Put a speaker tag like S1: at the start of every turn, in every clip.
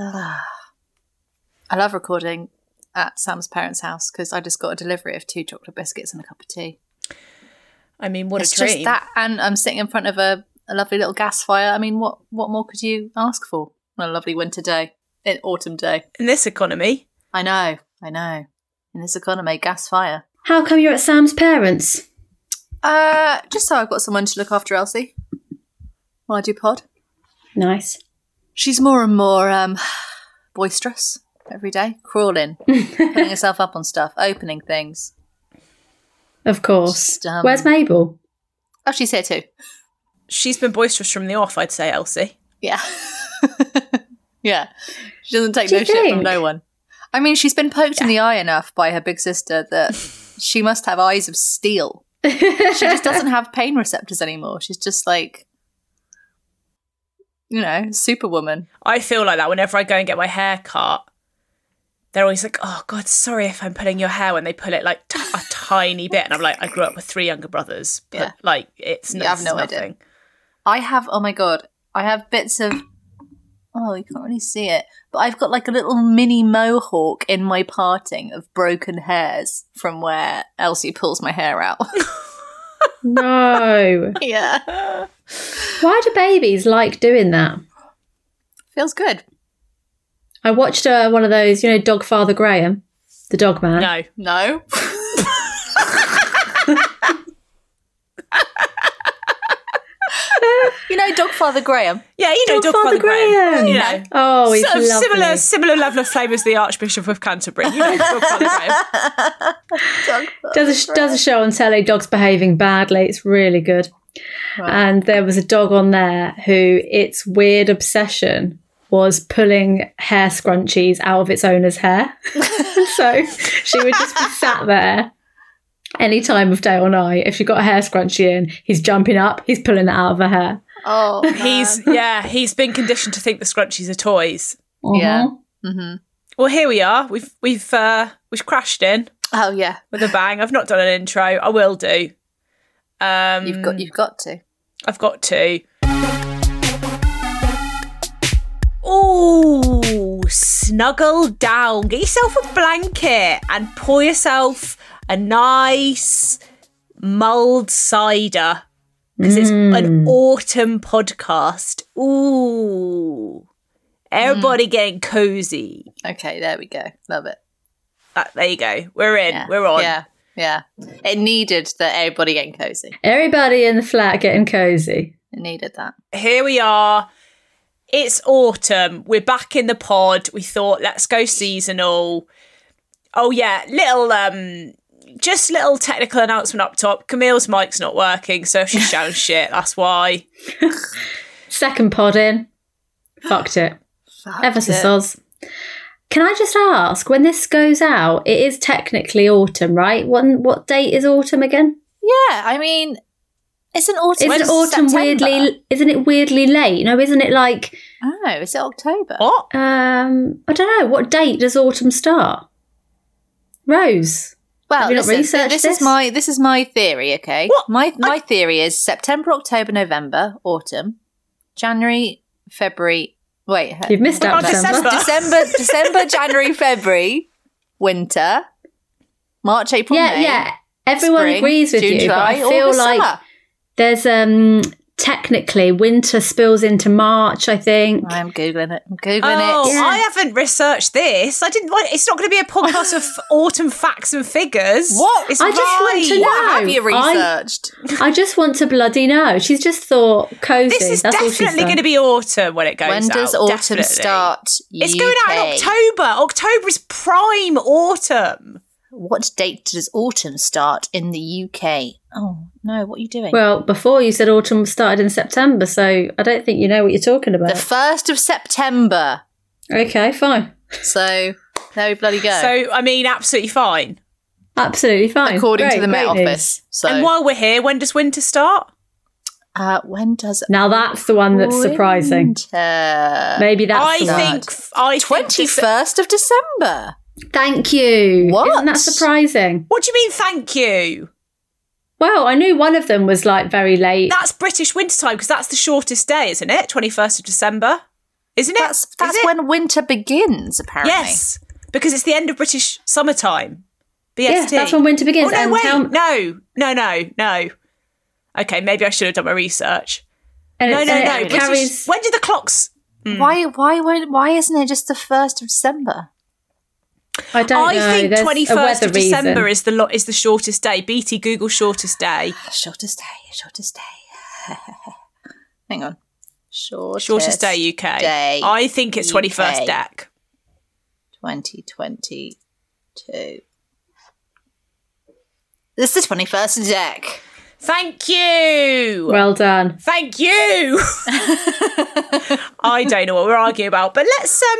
S1: Ah. I love recording at Sam's parents' house because I just got a delivery of two chocolate biscuits and a cup of tea.
S2: I mean, what
S1: it's
S2: a dream.
S1: just that, and I'm sitting in front of a, a lovely little gas fire. I mean, what what more could you ask for on a lovely winter day, an autumn day?
S2: In this economy,
S1: I know, I know. In this economy, gas fire.
S3: How come you're at Sam's parents?
S1: Uh, just so I've got someone to look after Elsie while I do pod.
S3: Nice.
S1: She's more and more um, boisterous every day, crawling, putting herself up on stuff, opening things.
S3: Of course.
S1: Just, um,
S3: Where's Mabel?
S1: Oh, she's here too.
S2: she's been boisterous from the off, I'd say, Elsie.
S1: Yeah. yeah. She doesn't take
S3: Do you
S1: no shit from
S3: think?
S1: no one. I mean, she's been poked in the eye enough by her big sister that she must have eyes of steel. She just doesn't have pain receptors anymore. She's just like, you know, superwoman.
S2: I feel like that whenever I go and get my hair cut. They're always like, oh, God, sorry if I'm pulling your hair. And they pull it like t- a tiny bit. And I'm like, I grew up with three younger brothers. But
S1: Yeah.
S2: like, it's
S1: You
S2: no,
S1: have
S2: it's
S1: no idea.
S2: nothing.
S1: I have, oh my God, I have bits of, oh, you can't really see it, but I've got like a little mini mohawk in my parting of broken hairs from where Elsie pulls my hair out.
S3: no.
S1: yeah.
S3: Why do babies like doing that?
S1: Feels good.
S3: I watched uh, one of those, you know, Dog Father Graham, the dog man.
S1: No.
S2: No.
S1: you know, Dog Father Graham.
S2: Yeah, you know, Dog
S3: Dog Father
S2: Father Graham.
S3: Graham.
S2: You know.
S3: Oh, he's
S2: sort of
S3: lovely.
S2: similar, similar level of flavour as the Archbishop of Canterbury. You know, Dog Father Graham.
S1: Dog Father.
S3: does a sh- does a show on telly. Dogs behaving badly. It's really good.
S1: Right.
S3: And there was a dog on there who its weird obsession was pulling hair scrunchies out of its owner's hair. so she would just be sat there any time of day or night. If she got a hair scrunchie in, he's jumping up, he's pulling it out of her hair.
S1: Oh,
S2: He's yeah, he's been conditioned to think the scrunchies are toys.
S1: Yeah.
S3: Mhm.
S1: hmm
S2: Well, here we are. We've we've uh, we've crashed in
S1: Oh yeah,
S2: with a bang. I've not done an intro. I will do. Um,
S1: you've
S3: Mm.
S1: got you've got to.
S2: I've got to. Ooh, snuggle down. Get yourself a blanket and pour yourself a nice mulled cider because it's an
S1: Hmm.
S2: autumn podcast. Ooh, everybody
S1: Hmm.
S2: getting cozy.
S1: Okay, there we go. Love it.
S2: That, there you go. We're in.
S1: Yeah.
S2: We're on.
S1: Yeah, yeah. It needed that everybody getting cozy.
S3: Everybody in the flat getting cozy.
S1: It needed that.
S2: here we are. It's autumn. We're back in the pod. We thought let's go seasonal. Oh yeah, little um just little technical announcement up top. Camille's mic's not working, so if she shouts shit, that's why.
S3: Second pod in. Fucked it. Ever so soz. Can I just ask, when this goes out, it is technically autumn, right? What what date is autumn again?
S1: Yeah, I mean, it's an autumn.
S3: Isn't
S1: it's
S3: autumn
S1: September.
S3: weirdly? Isn't it weirdly late? No, isn't it like
S1: Oh, is it October?
S2: What?
S3: um I don't know what date does autumn start? Rose.
S1: Well,
S3: Have you not
S1: listen, th-
S3: researched
S1: this,
S3: this?
S1: is my this is my theory. Okay,
S2: What?
S1: my my theory is September, October, November, autumn, January, February. Wait, he-
S3: You've missed
S2: We're
S3: out
S2: not
S3: December.
S2: December.
S1: December, December, January, February, winter, March, April,
S3: Yeah,
S1: May.
S3: yeah. Everyone
S1: spring,
S3: agrees with
S1: June,
S3: you,
S1: July,
S3: but I feel
S1: August,
S3: like
S1: summer.
S3: there's um technically winter spills into March, I think.
S1: I'm googling it. I'm googling
S2: Oh,
S1: it.
S3: Yeah.
S2: I haven't researched this. I didn't. want- It's not going to be a podcast of autumn facts and figures.
S1: What?
S2: It's
S3: I just want to
S2: right.
S3: know.
S1: What have you
S3: I-
S1: researched?
S3: I just want to bloody know. She's just thought cozy.
S2: This is
S3: That's all she's
S2: definitely
S3: done.
S2: going to be autumn when it goes
S1: when
S2: out.
S1: does autumn
S2: Definitely.
S1: start?
S2: It's going out in
S1: UK?
S2: October. October is prime autumn.
S1: What date does autumn start in the UK? Oh no, what are you doing?
S3: Well, before you said autumn started in September, so I don't think you know what you're talking
S1: the
S3: about.
S1: first of September.
S3: okay, fine.
S1: So there we bloody go.
S2: So, I mean, absolutely fine.
S3: Absolutely fine.
S1: according to
S3: Great,
S1: the Met
S3: great news.
S1: Office. So
S2: And while we're here, when does winter start?
S1: uh, when does
S3: Now that's the one that's surprising.
S1: Maybe
S3: Maybe that's
S2: I
S3: the one.
S2: think I think
S1: twenty
S2: this-
S1: first of December.
S3: Thank you.
S1: What?
S3: Isn't that surprising?
S2: What do you mean? Thank you.
S3: Well, I knew one of them was like very late.
S2: That's British winter time because that's the shortest day, isn't it? Twenty first of December isn't it?
S1: That's
S2: Is
S1: that's
S2: it?
S1: when winter begins, apparently.
S2: Yes, because it's the end of British summertime. BST.
S3: Yeah, that's when winter begins.
S2: Oh, no,
S3: and
S2: wait,
S3: town-
S2: no, no, no, no. Okay, maybe I should have done my research.
S3: and
S2: No,
S3: it-
S2: no,
S3: and
S2: no.
S3: It
S2: British-
S3: carries.
S2: when do the clocks?
S3: Hmm.
S1: Why why won't- why isn't it just the first of December?
S3: I don't
S2: I
S3: know.
S2: think
S3: There's a
S2: twenty first of
S3: weather reason.
S2: December is the lo- is the shortest day. BT Google shortest day,
S1: Shortest day, shortest day. Hang on. Shortest,
S2: shortest day UK.
S1: Day
S2: I think it's twenty first
S1: UK.
S2: DEC.
S1: 2022. This is 21st of deck.
S2: Thank you.
S3: Well done.
S2: Thank you. I don't know what we're arguing about, but let's um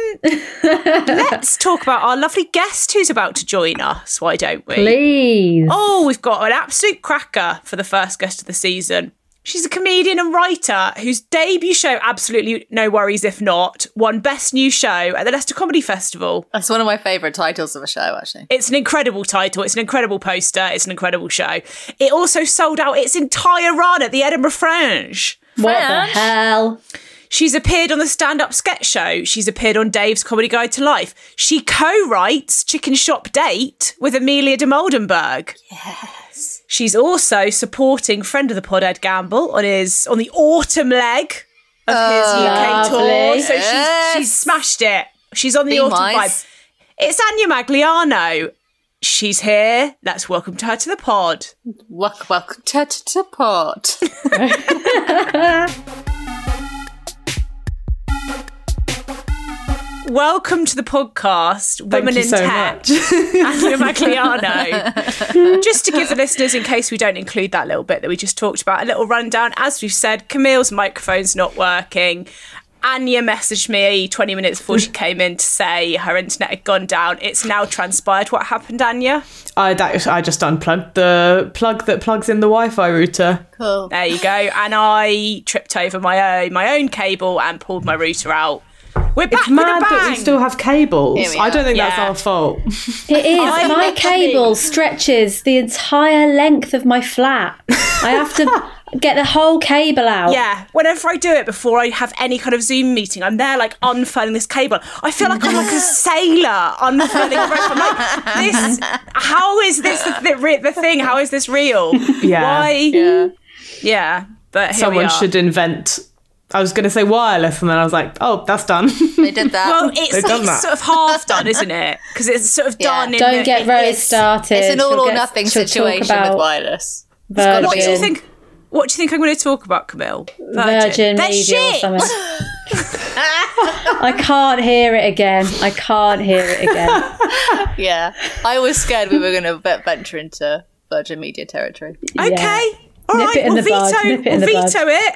S2: let's talk about our lovely guest who's about to join us. Why don't we?
S3: Please.
S2: Oh, we've got an absolute cracker for the first guest of the season. She's a comedian and writer whose debut show, Absolutely No Worries If Not, won Best New Show at the Leicester Comedy Festival.
S1: That's one of my favourite titles of a show, actually.
S2: It's an incredible title. It's an incredible poster. It's an incredible show. It also sold out its entire run at the Edinburgh Fringe.
S3: what
S1: French.
S3: the hell?
S2: She's appeared on the stand up sketch show. She's appeared on Dave's Comedy Guide to Life. She co writes Chicken Shop Date with Amelia de Moldenberg. Yes. She's also supporting friend of the pod, Ed Gamble, on his on the autumn leg of his UK
S3: lovely.
S2: tour. So
S1: Yes.
S2: she's, she's smashed it. She's on the
S1: Be
S2: autumn
S1: nice.
S2: vibe. It's Anya Magliano. She's here. Let's welcome her to the pod.
S1: Welcome, welcome to, to, to pot.
S2: Welcome to the podcast, Women
S3: you
S2: in
S3: so
S2: Tech, Andrea Magliano. just to give the listeners, in case we don't include that little bit that we just talked about, a little rundown. As we've said, Camille's microphone's not working. Anya messaged me 20 minutes before she came in to say her internet had gone down. It's now transpired. What happened, Anya?
S4: I that I just unplugged the plug that plugs in the Wi-Fi router.
S1: Cool.
S2: There you go. And I tripped over my own, my own cable and pulled my router out. We're back
S4: It's
S2: with a
S4: mad that we
S2: bang.
S4: still have cables.
S1: Here we
S4: I don't
S1: are.
S4: think that's
S2: Yeah.
S4: our fault.
S3: It is. my
S2: loving-
S3: cable stretches the entire length of my flat. I have to get the whole cable out.
S2: Yeah, whenever I do it before I have any kind of Zoom meeting, I'm there like unfurling this cable. I feel like I'm like a sailor unfurling a rope. I'm like, this, how is this the, the, re- the thing? How is this real?
S4: Yeah.
S2: Why? Yeah. Yeah, but here we
S4: Someone
S2: are.
S4: should invent. I was going to say wireless, and then I was like, oh, that's done.
S1: They did that.
S2: Well, it's,
S4: They've done
S2: it's
S4: that.
S2: sort of half done, isn't it? Because it's sort of
S1: Yeah.
S2: done. In
S3: Don't
S2: the-
S3: get
S2: it-
S3: Rose
S2: it's-
S3: started.
S1: it's an all
S3: She'll
S1: or
S3: get-
S1: nothing
S3: she'll talk
S1: situation with
S3: about
S1: wireless.
S3: Virgin,
S2: What do you think? What do you think I'm going to talk about, Camille?
S3: Virgin
S2: They're
S3: media or
S2: shit.
S3: something. I can't hear it again. I can't hear it again.
S1: Yeah. I was scared we were going to venture into Virgin Media territory.
S2: Okay. All
S3: Nip
S2: right.
S3: it in
S2: we'll
S3: the bud,
S2: veto.
S3: nip it in
S2: we'll
S3: the bud.
S2: veto it.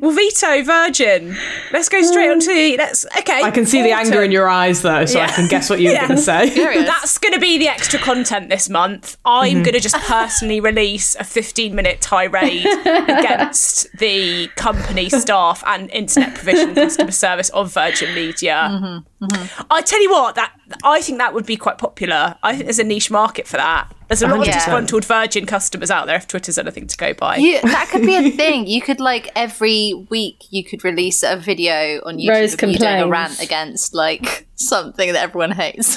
S2: We'll veto Virgin. Let's go straight on to the. Let's. Okay.
S4: I can see the anger in your eyes, though, so I
S2: Yeah.
S4: can guess what you're
S2: Yeah.
S4: going to say.
S1: There he is.
S2: That's going to be the extra content this month. I'm
S3: Mm-hmm.
S2: going to just personally release a 15 minute tirade against the company staff and internet provision customer service of Virgin Media.
S3: Mm-hmm,
S2: I tell you what, that I think that would be quite popular. I think there's a niche market for that. There's a lot of
S1: 100%.
S2: disgruntled Virgin customers out there if Twitter's anything to go by.
S1: You, that could be a thing. You could like every week you could release a video on YouTube
S3: Rose
S1: of you doing a
S3: complains.
S1: rant against like something that everyone hates.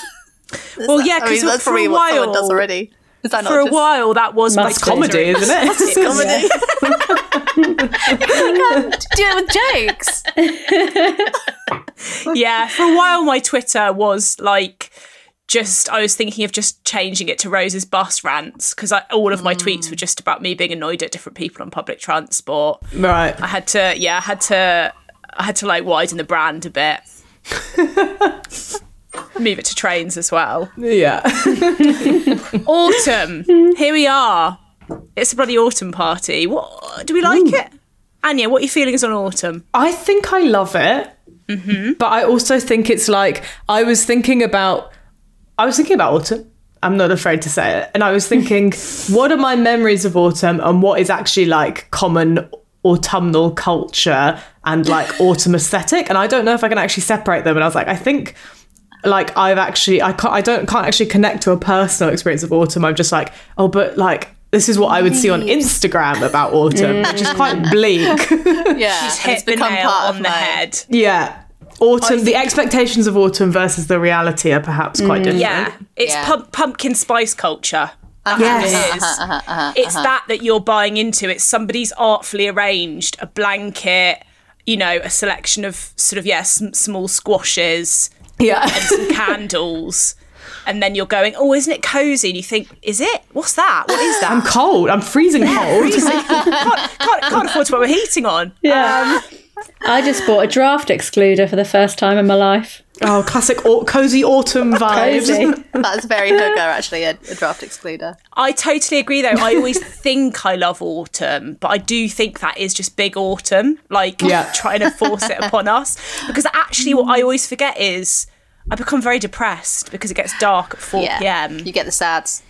S2: well, yeah,
S1: I
S2: because
S1: mean that's
S2: for
S1: probably
S2: a
S1: what someone
S2: while,
S1: does already. Is that
S2: for
S1: not
S2: a
S1: just-
S2: while that was my
S3: That's
S4: Comedy,
S2: Twitter.
S4: isn't it?
S1: It's comedy. Do it with jokes.
S2: yeah, for a while my Twitter was like just I was thinking of just changing it to Rose's bus rants because all of my tweets were
S1: Mm.
S2: just about me being annoyed at different people on public transport.
S4: Right.
S2: I had to yeah, I had to I had to like widen the brand a bit. Move it to trains as well.
S4: Yeah.
S2: Autumn. Here we are. It's a bloody autumn party. What do we like it? Anya, what are your feelings on autumn?
S4: I think I love it, but I also think it's like I was thinking about. I was thinking about autumn. I'm not afraid to say it. And I was thinking, what are my memories of autumn and what is actually like common autumnal culture and like autumn aesthetic? And I don't know if I can actually separate them. And I was like, I think like I've actually I can't I don't can't actually connect to a personal experience of autumn. I'm just like, oh, but like this is what I would see on Instagram about autumn, which is quite bleak.
S1: Yeah,
S2: Just
S1: and
S2: hit the nail on the
S1: my-
S2: head.
S4: yeah. autumn, the expectations of autumn versus the reality are perhaps quite different.
S2: Yeah, it's
S1: Yeah. Uh-huh,
S2: Pump- pumpkin spice culture.
S3: Yes.
S2: It is. It's that that you're buying into. It's somebody's artfully arranged a blanket, you know, a selection of sort of yeah, sm- small squashes,
S4: Yeah.
S2: some candles, and then you're going, oh, isn't it cozy? And you think, is it? What's that? What is that?
S4: I'm cold. I'm freezing cold.
S2: can't, can't, can't afford to put my heating on.
S3: Yeah. I just bought a draft excluder for the first time in my life.
S4: oh, classic au- cozy autumn vibes.
S3: Cozy.
S1: That's very hooker, actually, a, a draft excluder.
S2: I totally agree, though. I always think I love autumn, but I do think that is just big autumn, like
S4: Yeah.
S2: trying to force it upon us. Because actually, what I always forget is I become very depressed because it gets dark at 4
S1: Yeah.
S2: p.m.
S1: You get the sads.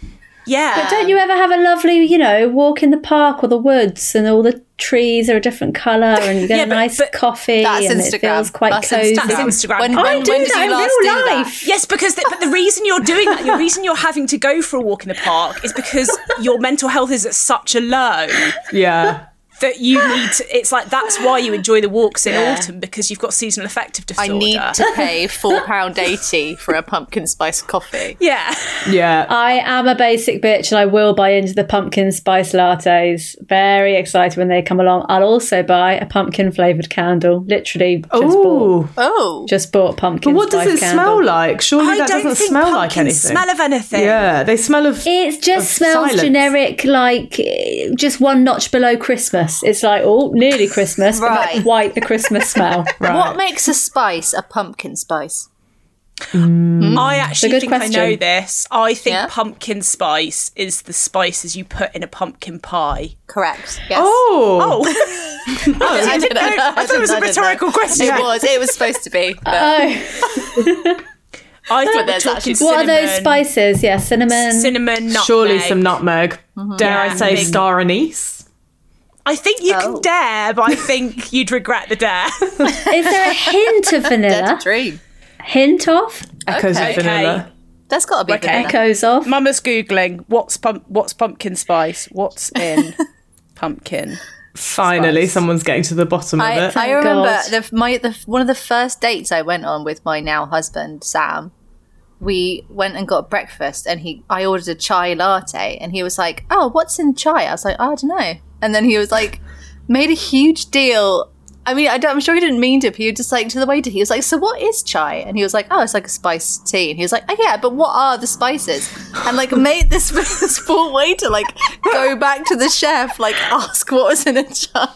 S2: Yeah.
S3: Don't
S4: Um,
S3: you ever have a lovely, you know, walk in the park or the woods and all the trees are a different colour and you get
S2: Yeah,
S3: a
S2: but-
S3: nice
S2: but
S3: coffee
S1: That's
S3: and
S1: Instagram.
S3: it feels quite
S1: That's
S3: cozy.
S2: That's Instagram.
S1: When,
S2: I
S1: when,
S3: I do
S1: when did
S3: that
S1: you
S3: in
S1: last
S3: real
S1: do that?
S3: life.
S2: Yes, because the, but the reason you're doing that, the reason you're having to go for a walk in the park is because your mental health is at such a low
S4: Yeah.
S2: that you need to, it's like that's why you enjoy the walks in
S1: Yeah.
S2: autumn because you've got seasonal affective
S1: I
S2: disorder.
S1: need to pay four pound eighty for a pumpkin spice coffee.
S2: yeah.
S4: Yeah.
S3: I am a basic bitch and I will buy into the pumpkin spice lattes. Very excited when they come along. I'll also buy a pumpkin flavoured candle. Literally just bought
S4: Ooh.
S1: Oh,
S3: just bought pumpkin
S4: But what does
S3: spice
S4: it
S3: candle.
S4: smell like? Surely
S2: um, I
S4: that
S2: don't
S4: doesn't
S2: think
S4: smell like
S2: pumpkins
S4: anything.
S2: smell of anything.
S4: yeah, they smell of.
S3: It just
S4: Of
S3: smells
S4: silence.
S3: generic, like eh, just one notch below Christmas. It's like, oh, nearly Christmas, but
S1: Right.
S3: not quite the Christmas smell.
S4: Right.
S1: what makes a spice a pumpkin spice?
S2: I actually
S3: good
S2: think I know
S3: question.
S2: this. I think
S1: Yeah.
S2: pumpkin spice is the spices you put in a pumpkin pie.
S1: Correct. Yes.
S4: Oh.
S2: Oh,
S1: I didn't know.
S2: I thought it was a
S1: I didn't know.
S2: rhetorical question.
S1: It was. It was supposed to be. But
S3: Oh,
S2: I think we're
S1: there's
S2: talking
S1: actually-
S2: cinnamon,
S3: what are those spices? Yeah, cinnamon.
S2: Cinnamon, nutmeg.
S4: Surely some nutmeg. Dare
S2: Yeah,
S4: I say
S2: big-
S4: star anise?
S2: I think you
S1: Oh.
S2: can dare, but I think you'd regret the dare.
S3: Is there a hint of vanilla?
S1: dream.
S3: hint of?
S4: A cozy
S1: Okay.
S4: vanilla.
S1: That's got to be okay.
S3: Echoes of?
S2: Mama's googling what's pump, what's pumpkin spice, what's in pumpkin.
S4: Finally, someone's getting to the bottom
S1: I,
S4: of it.
S1: I remember
S3: God.
S1: the, my the, one of the first dates I went on with my now husband Sam. We went and got breakfast, and he I ordered a chai latte, and he was like, "Oh, what's in chai?" I was like, "I don't know," and then he was like, made a huge deal. I mean, I don't, I'm sure he didn't mean to, but he was just like to the waiter. He was like, "So what is chai?" And he was like, "Oh, it's like a spiced tea." And he was like, "Oh yeah, but what are the spices?" And like made this this poor waiter like go back to the chef, like ask what was in a chai.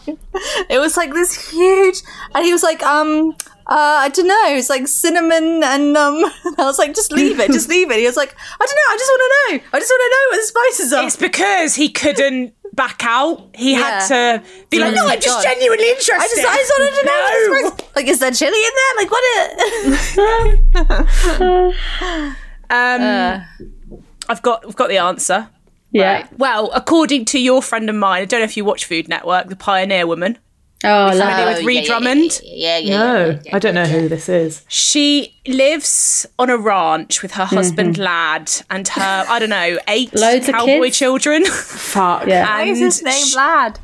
S1: It was like this huge, and he was like, "Um, uh, I don't know. It's like cinnamon and um." And I was like, "Just leave it, just leave it." He was like, "I don't know. I just want to know. I just want to know what the
S2: It's
S1: spices are."
S2: because he couldn't back out. He
S1: Yeah.
S2: had to be like, "No,
S1: my
S2: I'm just
S1: God.
S2: genuinely interested."
S1: I just, I just wanted to know.
S2: No.
S1: what the spices- Like, is there chili in there? Like, what? Is-
S2: Um, I've got I've got the answer.
S3: Yeah.
S2: Well, according to your friend of mine, I don't know if you watch Food Network, the Pioneer Woman.
S3: Oh,
S2: Familiar
S3: lovely.
S2: with Ree Drummond.
S1: Yeah, yeah,
S4: No, I don't know who this is.
S2: She lives on a ranch with her husband,
S1: Mm-hmm.
S2: lad, and her I don't know eight
S3: Loads of
S2: cowboy
S3: kids?
S2: children.
S4: Fuck.
S3: Yeah.
S1: Why is
S2: And
S1: his name
S2: sh-
S1: Lad?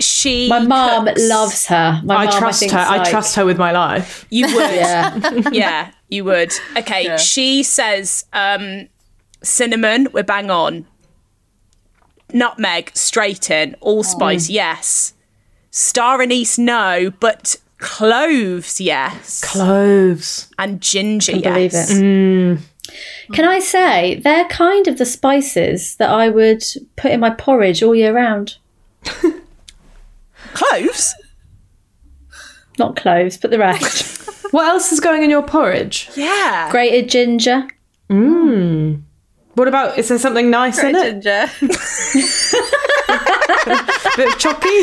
S2: she,
S3: My mum
S2: cooks-
S3: loves her. My
S4: I
S3: mum,
S4: trust
S3: think,
S4: her.
S3: is
S4: I
S3: like-
S4: trust her with my life.
S2: You would,
S3: Yeah.
S2: yeah, you would. Okay, she says um, cinnamon. We're bang on. Nutmeg, straight in.
S1: Oh.
S2: Allspice, yes. Star anise, no, but cloves, yes.
S4: Cloves.
S2: and ginger, yes.
S3: believe it. Mm.
S4: Mm.
S3: Can I say they're kind of the spices that I would put in my porridge all year round?
S2: Cloves?
S3: Not cloves, but the rest.
S4: What else is going in your porridge?
S2: Yeah.
S3: Grated ginger.
S4: What about? Is there something nice in it?
S1: Ginger.
S4: bit of choppy?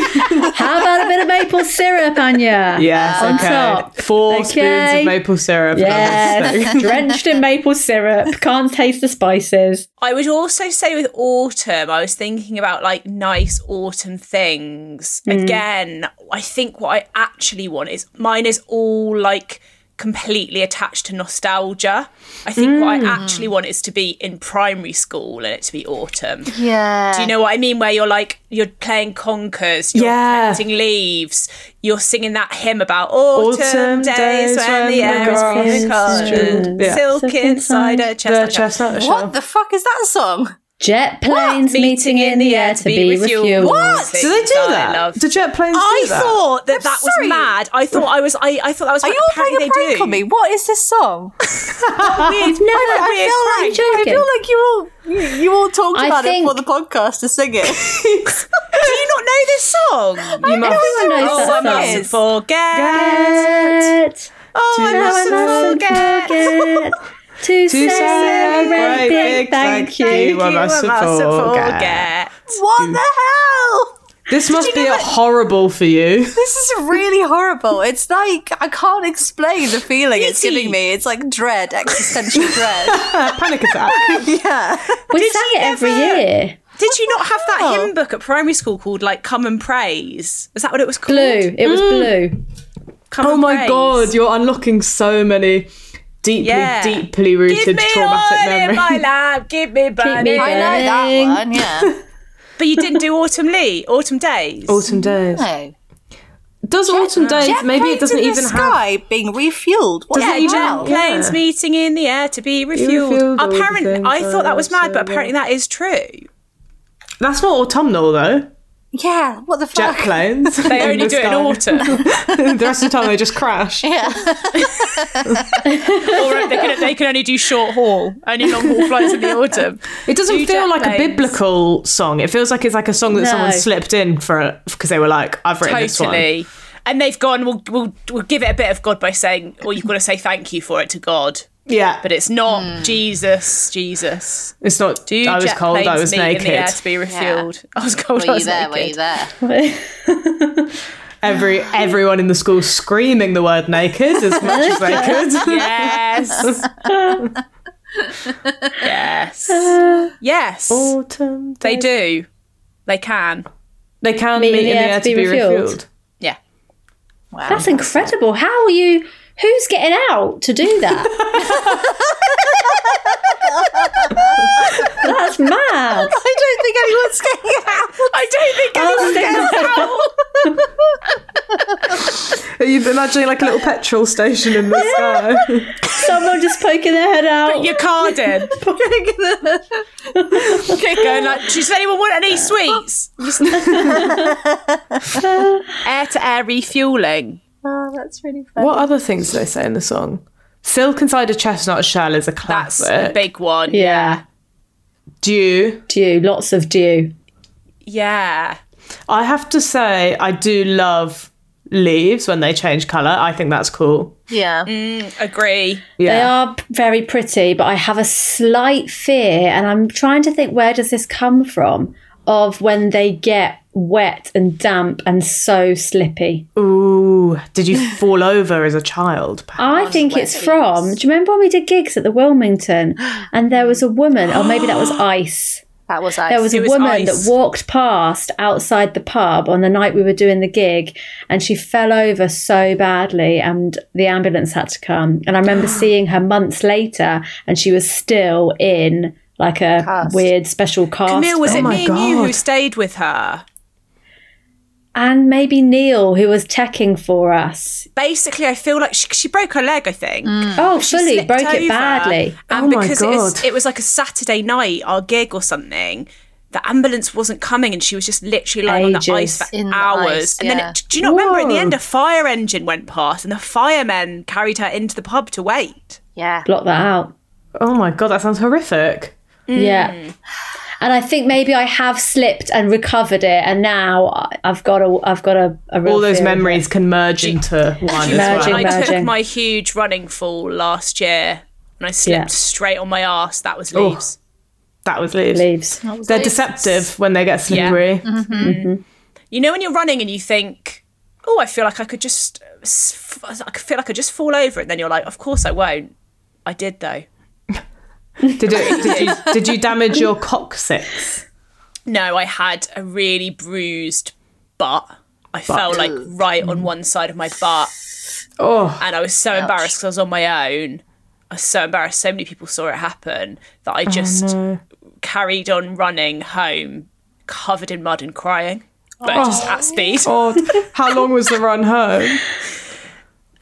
S3: How about a bit of maple syrup, Anya?
S4: yes,
S3: On
S4: okay.
S3: top.
S4: Four spoons
S3: Okay.
S4: of maple syrup.
S3: Yes. Drenched in maple syrup. Can't taste the spices.
S2: I would also say with autumn, I was thinking about like nice autumn
S3: Mm.
S2: things. Again, I think what I actually want is mine is all like completely attached to nostalgia. I think what
S3: Mm.
S2: I actually want is to be in primary school and it to be autumn.
S1: Yeah.
S2: Do you know what I mean? Where you're like, you're playing conkers, you're
S4: Yeah.
S2: collecting leaves, you're singing that hymn about autumn,
S4: Autumn
S2: days,
S4: days
S2: when the air is full
S3: grass
S2: of
S3: is
S2: colours,
S3: strewn. Yeah.
S2: silk inside a
S4: The
S2: chestnut.
S4: chestnut
S1: What
S4: shell.
S1: the fuck is that song?
S3: Jet planes meeting in the air to be refueled.
S2: What?
S4: Do they do that? Do jet planes
S2: I
S4: do that?
S2: thought that that was
S1: sorry.
S2: mad. I thought I was. I, I thought that was.
S1: Are
S2: mad.
S1: you all playing a
S2: Apparently
S1: prank
S2: they do.
S1: on me? What is this song?
S3: I've never.
S1: I
S3: I
S1: feel like, I
S3: joking.
S1: feel like you all you, you all talked
S3: I
S1: about
S3: think-
S1: it for the podcast to sing it.
S2: Do you not know this song?
S4: You
S3: Everyone
S4: must
S3: knows
S2: oh, I
S3: that song.
S1: it
S2: mustn't
S1: is.
S2: forget.
S3: Get,
S2: Oh, I
S4: To
S2: mustn't
S3: mustn't
S2: forget.
S3: forget to
S4: celebrate
S3: celebrate
S4: big
S3: big thank
S4: thank
S3: you.
S4: you. I mustn't forget.
S1: What the hell?
S4: This must be a horrible for you.
S1: This is really horrible. It's like I can't explain the feeling it's
S2: Pity.
S1: giving me. It's like dread, existential dread.
S4: Panic attack.
S1: Yeah.
S3: We sang it every year.
S2: Did you not have that hymn book at primary school called like "Come and Praise"? Is that what it was called?
S3: Blue. It was blue.
S2: Come
S4: Oh
S2: and
S4: my
S2: Praise.
S4: god, you're unlocking so many deeply,
S2: Yeah.
S4: deeply
S2: Give
S4: rooted
S2: me
S4: traumatic
S2: all in
S4: memories.
S2: my lap. Give me burning.
S1: I know that
S3: Dang.
S1: one, yeah.
S2: But you didn't do autumn lee, autumn days.
S4: Autumn days.
S1: No.
S4: Does autumn days?
S1: Jet
S4: maybe
S1: planes
S4: it doesn't
S1: in
S4: even
S1: the
S4: have.
S1: sky being refueled. What
S4: Doesn't
S1: the
S4: even-
S1: hell?
S4: Yeah.
S2: Planes meeting in the air to be refueled.
S4: refueled all the
S2: Apparently,
S4: things
S2: I thought that was
S4: I
S2: mad, but apparently that is true.
S4: That's not autumnal though.
S1: Yeah, what the fuck?
S4: Jet planes.
S2: They only do it in autumn,
S4: autumn. the rest of the time they just crash.
S2: or they can, they can only do short haul. Only long haul flights in the autumn.
S4: It doesn't
S2: Do
S4: feel
S2: jet
S4: like a
S2: planes.
S4: biblical song. It feels like it's like a song that someone
S3: No.
S4: slipped in for because they were like, "I've written this one."
S2: Totally. And they've gone. We'll, we'll we'll give it a bit of God by saying, or you've got to say thank you for it to God.
S4: Yeah,
S2: But it's not
S1: Hmm.
S2: Jesus, Jesus.
S4: It's not.
S2: Do
S4: I was
S2: jet
S4: cold. I
S2: planes
S4: was
S2: meet in the air
S4: naked.
S2: to be refueled. I was cold. I
S1: Were you
S2: was
S1: there? Were
S2: naked.
S1: you there?
S4: Every everyone in the school screaming the word naked as much as they could.
S2: Yes. yes. Yes.
S4: Autumn.
S2: they do. They can.
S4: They can meet in the air to be refueled.
S2: Yeah.
S1: Wow.
S3: That's incredible. How are you? Who's getting out to do that? That's mad.
S1: I don't think anyone's getting out.
S2: I don't think anyone's
S4: Are you imagining like a little petrol station in the sky?
S3: Someone just poking their head out.
S2: your card in. Going like, does anyone want any sweets? Just- air to air refueling.
S1: Oh, that's really funny.
S4: what other things do they say in the song? Silk inside a chestnut shell is a
S2: That's
S4: classic.
S2: a big one.
S3: yeah.
S4: Dew.
S3: Dew. Lots of dew.
S2: Yeah.
S4: I have to say, I do love leaves when they change colour. I think that's cool.
S1: Yeah.
S2: Agree.
S3: They
S4: Yeah.
S3: are p- very pretty, but I have a slight fear, and I'm trying to think where does this come from of when they get wet and damp and so slippy.
S4: Ooh. Did you fall over as a child?
S3: I think it's from. Do you remember when we did gigs at the Wilmington, and there was a woman, or maybe that was Ice.
S1: That was ice.
S3: There was a
S2: was
S3: woman
S2: Ice.
S3: that walked past outside the pub on the night we were doing the gig, and she fell over so badly, and the ambulance had to come. And I remember seeing her months later, and she was still in like a weird special cast.
S2: Camille, was it
S4: my
S2: me and you who
S4: God.
S2: stayed with her?
S3: and maybe Neil, who was checking for us.
S2: Basically, I feel like she, she broke her leg, I think.
S1: Mm.
S3: Oh,
S2: She
S3: fully
S2: slipped
S3: broke
S2: over,
S3: it badly.
S2: And
S4: Oh my
S2: because it was,
S4: God.
S2: it was like a Saturday night, our gig or something, the ambulance wasn't coming and she was just literally lying on
S3: Ages.
S2: the ice for
S1: In the
S2: hours.
S1: ice,
S2: And then,
S1: yeah.
S2: it, do you not remember in the
S4: Whoa.
S2: end, a fire engine went past and the firemen carried her into the pub to wait?
S1: yeah.
S3: Block that out.
S4: Oh my god, that sounds horrific.
S3: Yeah. Hmm. And I think maybe I have slipped and recovered it, and now I- I've got a, I've got a, a real
S4: All those
S3: fear of
S4: memories can merge into one as
S3: Merging,
S4: well.
S2: And I took
S3: merging.
S2: my huge running fall last year and I slipped
S3: Yeah.
S2: straight on my arse. That was leaves.
S4: That was leaves.
S3: leaves.
S4: They're deceptive when they get slippery.
S2: You know when you're running and you think, "Oh, I feel like I could just, s- f- I feel like I just fall over," and then you're like, "Of course I won't." I did though.
S4: Did, it, did, you, did you damage your coccyx?
S2: No, I had a really bruised butt. I fell like right on one side of my butt.
S4: Oh,
S2: and I was so
S1: Ouch.
S2: embarrassed because I was on my own. I was so embarrassed. So many people saw it happen that I just carried on running home, covered in mud and crying, but just at speed.
S4: oh, how long was the run home?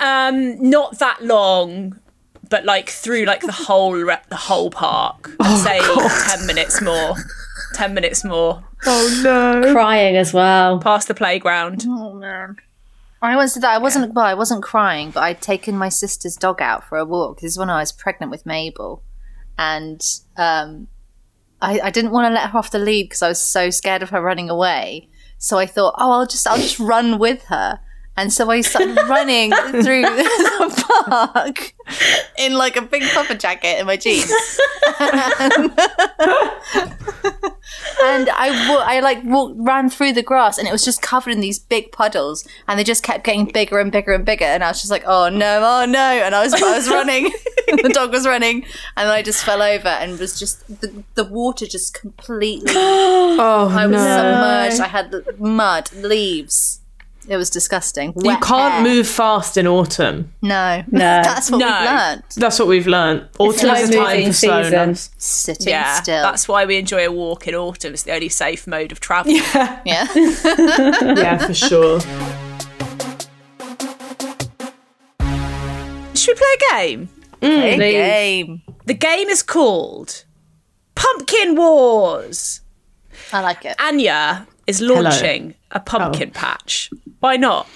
S2: Um, not that long, but like through like the whole re- the whole park. I'd
S1: Oh,
S2: say ten minutes more. Ten minutes more
S4: Oh no.
S3: Crying as well.
S2: past the playground.
S1: Oh man. I once did that. I wasn't well. I wasn't crying, but I'd taken my sister's dog out for a walk. This is when I was pregnant with Mabel, and um, I, I didn't want to let her off the lead because I was so scared of her running away. So I thought, oh, I'll just I'll just run with her. And so I started running through the park in like a big puffer jacket and my jeans. and I, wa- I like walked, ran through the grass, and it was just covered in these big puddles, and they just kept getting bigger and bigger and bigger, and I was just like, oh no, oh no, and I was, I was running, the dog was running, and I just fell over and was just the, the water just completely,
S4: Oh
S1: I was
S4: no.
S1: submerged. I had the mud, leaves. It was disgusting.
S4: You
S1: Wet hair.
S4: can't move fast in autumn.
S1: No, no, that's what
S2: No.
S1: we've learned.
S4: That's what we've learned. Autumn
S3: Slow
S4: is a time
S3: moving
S4: for slowness.
S1: Sitting
S2: Yeah,
S1: still.
S2: that's why we enjoy a walk in autumn. It's the only safe mode of travel.
S1: yeah.
S4: Yeah, for sure.
S2: Should we play a game?
S1: Big
S3: Please.
S1: game.
S2: The game is called Pumpkin Wars.
S1: I like it.
S2: Anya is launching a pumpkin
S1: Oh.
S2: patch. Why not?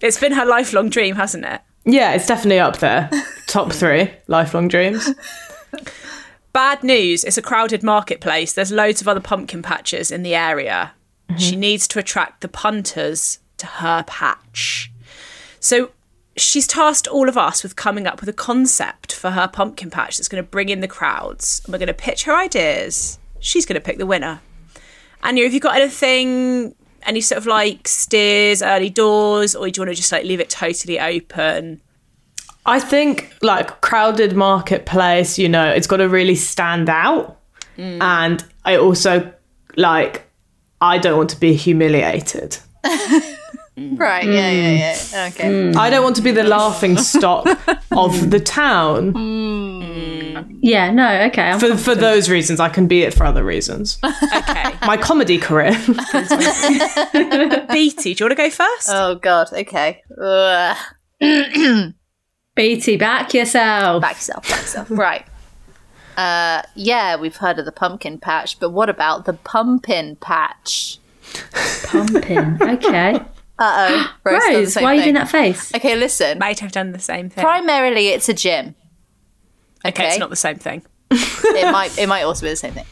S2: it's been her lifelong dream, hasn't it?
S4: Yeah, it's definitely up there. Top three lifelong dreams.
S2: Bad news, it's a crowded marketplace. There's loads of other pumpkin patches in the area. She needs to attract the punters to her patch. So she's tasked all of us with coming up with a concept for her pumpkin patch that's going to bring in the crowds. And we're going to pitch her ideas. She's going to pick the winner. Anya, have you got anything, any sort of like steers, early doors, or do you want to just like leave it totally open?
S4: I think like crowded marketplace, you know, it's got to really stand out. And I also like I don't want to be humiliated.
S1: Right. Yeah. Yeah. Yeah. Okay.
S4: I don't want to be the laughing stock of the town.
S3: Yeah, no, okay. I'm
S4: For for those reasons, I can be it for other reasons.
S2: Okay.
S4: My comedy career.
S2: Beatty, do you want to go first?
S1: Oh God. Okay. Ugh.
S3: BT, back yourself.
S1: Back yourself. Back yourself. right. Uh, yeah, we've heard of the pumpkin patch, but what about the pumpin patch?
S3: Pumping. Okay.
S1: Uh oh. Rose, thought the
S3: Rose,
S1: same
S3: why are you
S1: thing.
S3: doing that face?
S1: Okay, listen.
S2: Might have done the same thing.
S1: Primarily, it's a gym.
S2: Okay, it's not the same thing.
S1: it might it might also be the same thing.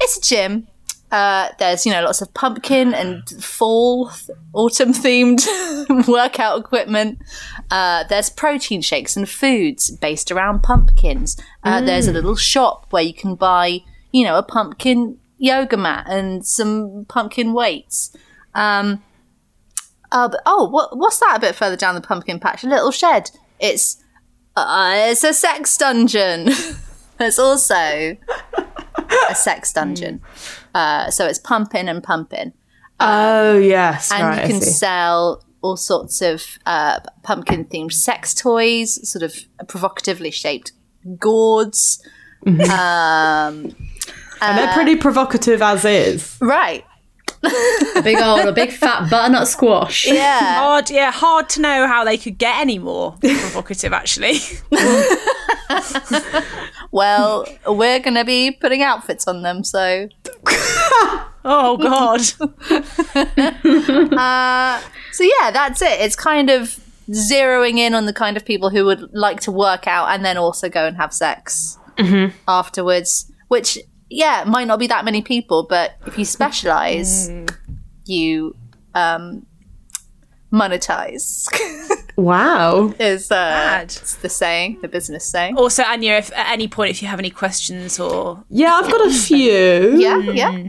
S1: It's a gym. Uh, there's you know lots of pumpkin and fall autumn themed workout equipment. Uh, there's protein shakes and foods based around pumpkins. Uh, There's a little shop where you can buy you know a pumpkin yoga mat and some pumpkin weights. Um, uh, but, oh, what, what's that a bit further down the pumpkin patch? A little shed. It's uh, it's a sex dungeon. There's also a sex dungeon.
S4: Mm.
S1: Uh, so it's pumping and pumping.
S4: oh yes,
S1: Um, And
S4: right. I
S1: you can
S4: see.
S1: sell all sorts of uh, pumpkin themed sex toys, sort of provocatively shaped gourds.
S4: and they're pretty provocative as is.
S1: Right.
S3: A big old, a big fat butternut squash.
S1: Yeah.
S2: Hard, yeah, hard to know how they could get any more provocative. Actually,
S1: well, we're going to be putting outfits on them. So
S2: oh god,
S1: So yeah, that's it. It's kind of zeroing in on the kind of people who would like to work out and then also go and have sex afterwards. Which yeah, might not be that many people, but if you specialize, you um, monetize.
S4: Wow.
S1: is uh,
S2: Mad.
S1: it's the saying, the business saying?
S2: Also, Anya, if at any point if you have any questions or
S4: Yeah, I've got a few.
S1: Yeah, yeah.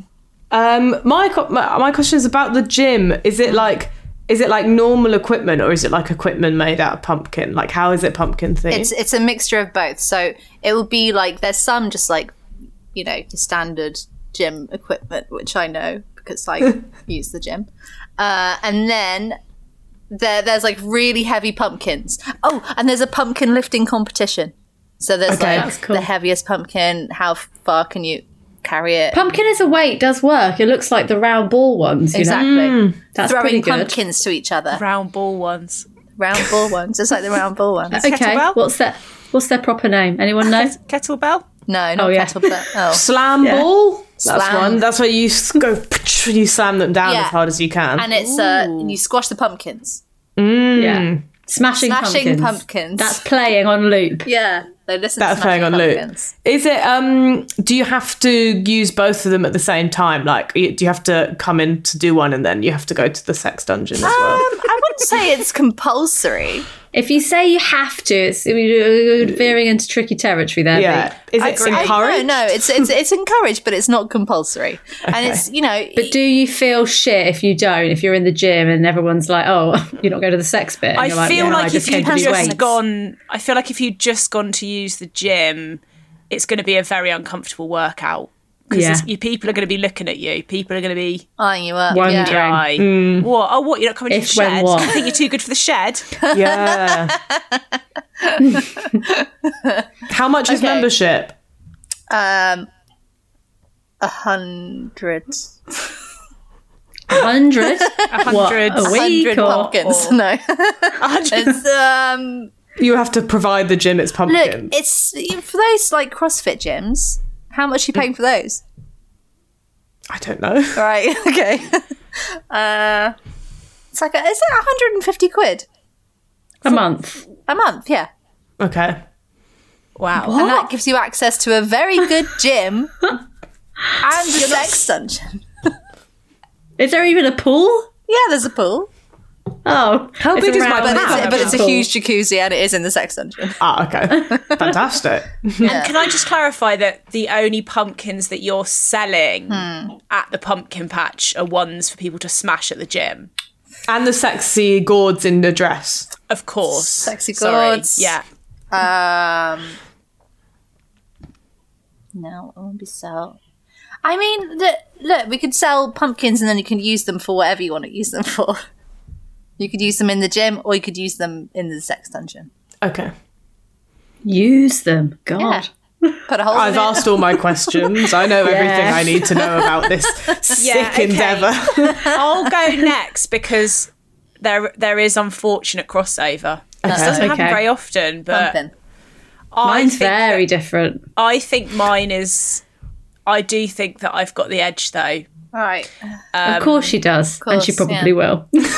S4: Um, my, co- my my question is about the gym. Is it like is it like normal equipment or is it like equipment made out of pumpkin? Like how is it pumpkin themed?
S1: It's it's a mixture of both. So it will be like there's some just like you know your standard gym equipment, which I know because I use the gym, uh, and then there there's like really heavy pumpkins. Oh, and there's a pumpkin lifting competition. So there's
S3: Okay, that's
S1: like
S3: cool.
S1: the heaviest pumpkin. How far can you carry it?
S3: Pumpkin as a weight does work. It looks like the round ball ones, you
S1: exactly.
S3: know? Mm, That's pretty
S1: Throwing
S3: good.
S1: pumpkins to each other.
S2: Round ball ones.
S1: Round ball ones. It's like the round ball ones.
S3: Okay,
S2: Kettlebell?
S3: what's their what's their proper name? Anyone know?
S2: Kettlebell?
S1: No, not
S3: Oh, yeah.
S1: kettle, but oh.
S4: Slam ball. That's
S1: Slam.
S4: one. That's where you s- go. You slam them down
S1: Yeah.
S4: as hard as you can.
S1: And it's uh you squash the pumpkins.
S4: Hmm.
S3: Yeah, smashing,
S1: Smashing
S3: pumpkins.
S1: pumpkins.
S3: That's playing on loop.
S1: yeah. They listen
S4: That's
S1: to
S4: playing
S1: Smashing
S4: on loop.
S1: pumpkins.
S4: Is it? Um, do you have to use both of them at the same time? Like, y- do you have to come in to do one and then you have to go to the sex dungeon as well?
S1: Um, I wouldn't say it's compulsory.
S3: If you say you have to, it's we're veering into tricky territory there.
S4: Mm. yeah.
S3: Bea.
S4: Is it
S1: I-
S4: encouraged?
S1: No, no, it's it's it's encouraged, but it's not compulsory. And it's you know,
S3: But do you feel shit if you don't? If you're in the gym and everyone's like, "Oh, you're not going to the sex bit," and
S2: I
S3: you're like,
S2: feel
S3: "Yeah,
S2: like
S3: I
S2: if
S3: just
S2: you'd
S3: came to do
S2: just
S3: weights."
S2: gone, I feel like if you'd just gone to use the gym, it's going to be a very uncomfortable workout
S3: Yeah.
S2: because you people are going to be looking at you. People are going to be
S1: aren't you up?
S3: Wonder-
S1: Yeah.
S2: like, "What? Oh, what? You're not coming to the
S3: "Hmm." If, when,
S2: shed?
S3: what?
S2: I think you're too good for the shed."
S4: Yeah. How much is
S1: Okay.
S4: membership?
S1: Um, a hundred,
S2: Hundred.
S3: hundred, a
S1: hundred
S3: week, or
S1: pumpkins. No, it's um.
S4: You have to provide the gym its
S1: Look,
S4: pumpkin.
S1: it's for those like CrossFit gyms. How much are you paying for those?
S4: I don't know.
S1: Right. Okay. Uh, it's like a, is it 150 quid
S3: a month.
S1: a month? Yeah.
S4: Okay.
S2: wow.
S1: And that gives you access to a very good gym and your next dungeon.
S3: Is there even a pool?
S1: Yeah, there's a pool.
S3: Oh, how
S4: big is my
S1: But
S4: Ah,
S1: it's, but it's a
S3: cool.
S1: huge jacuzzi and it is in the sex dungeon.
S4: Ah, okay. Fantastic.
S2: Can I just clarify that the only pumpkins that you're selling
S1: Hmm.
S2: at the pumpkin patch are ones for people to smash at the gym?
S4: And the sexy gourds in the dress.
S2: Of course.
S1: Sexy
S2: Sorry.
S1: gourds.
S2: Yeah.
S1: Um, no, it won't be sell. I mean, look, look, we could sell pumpkins and then you can use them for whatever you want to use them for. You could use them in the gym or you could use them in the sex dungeon.
S4: Okay.
S3: Use them. God.
S1: Yeah. Put a whole.
S4: I've asked all my questions. I know everything I need to know about this sick
S2: Yeah, okay.
S4: endeavor.
S2: I'll go next because there there is unfortunate crossover. This
S4: Okay.
S2: doesn't happen
S3: Okay.
S2: very often, but
S1: Pumpkin.
S2: I
S3: Mine's
S2: think,
S3: very different.
S2: I think mine is. I do think that I've got the edge though.
S1: All right.
S2: um,
S3: of course she does, and she
S1: course,
S3: probably
S1: yeah.
S3: will.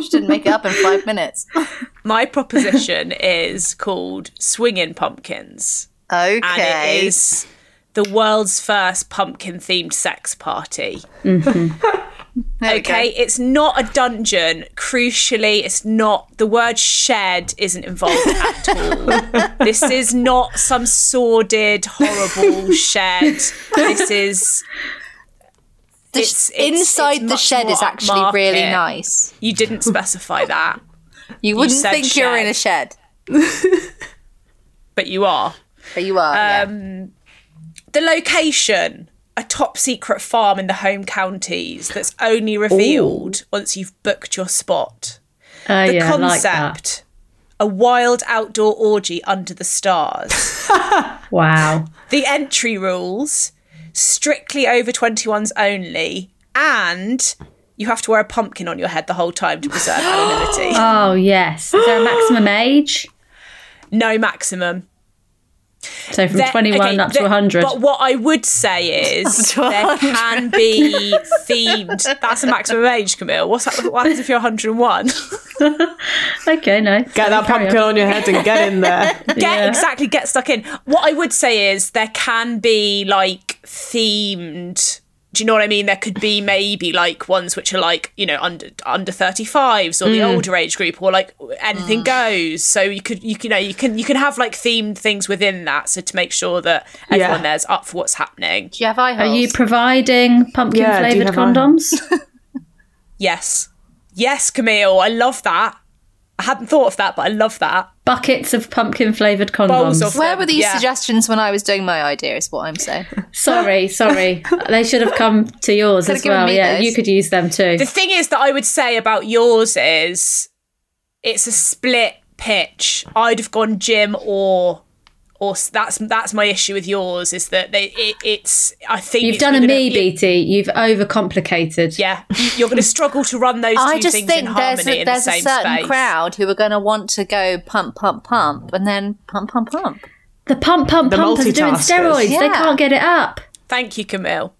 S1: She didn't make it up in five minutes.
S2: My proposition is called Swingin' Pumpkins,
S1: Okay.
S2: and it is the world's first pumpkin themed sex party.
S1: There we go.
S2: Okay, it's not a dungeon. Crucially, it's not the word shed isn't involved at all. this is not some sordid, horrible shed. This is
S1: The sh-
S2: it's- it's-
S1: inside
S2: it's
S1: the
S2: much
S1: shed
S2: more
S1: is actually really
S2: upmarket.
S1: nice.
S2: you didn't specify that,
S1: You wouldn't
S2: said
S1: think you're in a shed,
S2: but you are.
S1: but you are.
S2: Um,
S1: yeah.
S2: The location, a top secret farm in the home counties that's only revealed once you've booked your spot.
S3: Oh
S2: The
S3: yeah, I like that.
S2: concept, a wild outdoor orgy under the stars.
S3: Wow.
S2: the entry rules, strictly over 21s only, and you have to wear a pumpkin on your head the whole time to preserve anonymity.
S3: Oh yes. Is there a maximum age?
S2: No maximum.
S3: So from
S2: There-
S3: 21
S2: okay,
S3: up to
S2: there-
S3: 100.
S2: But what I would say is there can be themed. That's a maximum age, Camille. What's that, what happens if you're 101?
S3: okay, no.
S4: Get that pumpkin on your head and get in there.
S2: get
S3: Yeah.
S2: exactly get stuck in. What I would say is there can be like themed. Do you know what I mean? There could be maybe like ones which are like you know under under thirty fives or the older age group or like anything
S1: Mm.
S2: goes. So you could you, can- you know you can you can have like themed things within that. So to make sure that everyone there's up for what's happening.
S1: Do you have eye
S3: Are
S1: holes?
S3: you providing pumpkin
S4: Yeah, do you
S3: flavored
S4: have
S3: condoms?
S2: Yes, yes, Camille, I love that. I hadn't thought of that, but I love that.
S3: Buckets of pumpkin flavored
S2: Bowls
S3: condoms.
S2: of-
S1: Where were these
S2: Yeah.
S1: suggestions when I was doing my idea? Is what I'm saying.
S3: Sorry, sorry. they should have come to yours
S1: Could've
S3: as
S1: given
S3: well.
S1: me
S3: Yeah,
S1: those.
S3: you could use them too.
S2: The thing is that I would say about yours is it's a split pitch. I'd have gone Jim or or s- that's that's my issue with yours is that they it, it's I think
S3: You've
S2: it's
S3: done a
S2: gonna-
S3: me,
S2: it-
S3: BT. You've overcomplicated.
S2: Yeah, you- you're going to struggle to run those two
S1: I just
S2: things in
S1: think
S2: harmony
S1: there's a,
S2: in the
S1: there's a
S2: same
S1: certain
S2: space.
S1: crowd who are going to want to go pump, pump, pump, and then pump, pump, pump.
S3: The pump, pump,
S4: The
S3: pumpers are doing
S4: multitaskers.
S3: steroids. They
S1: Yeah.
S3: can't get it up.
S2: Thank you, Camille.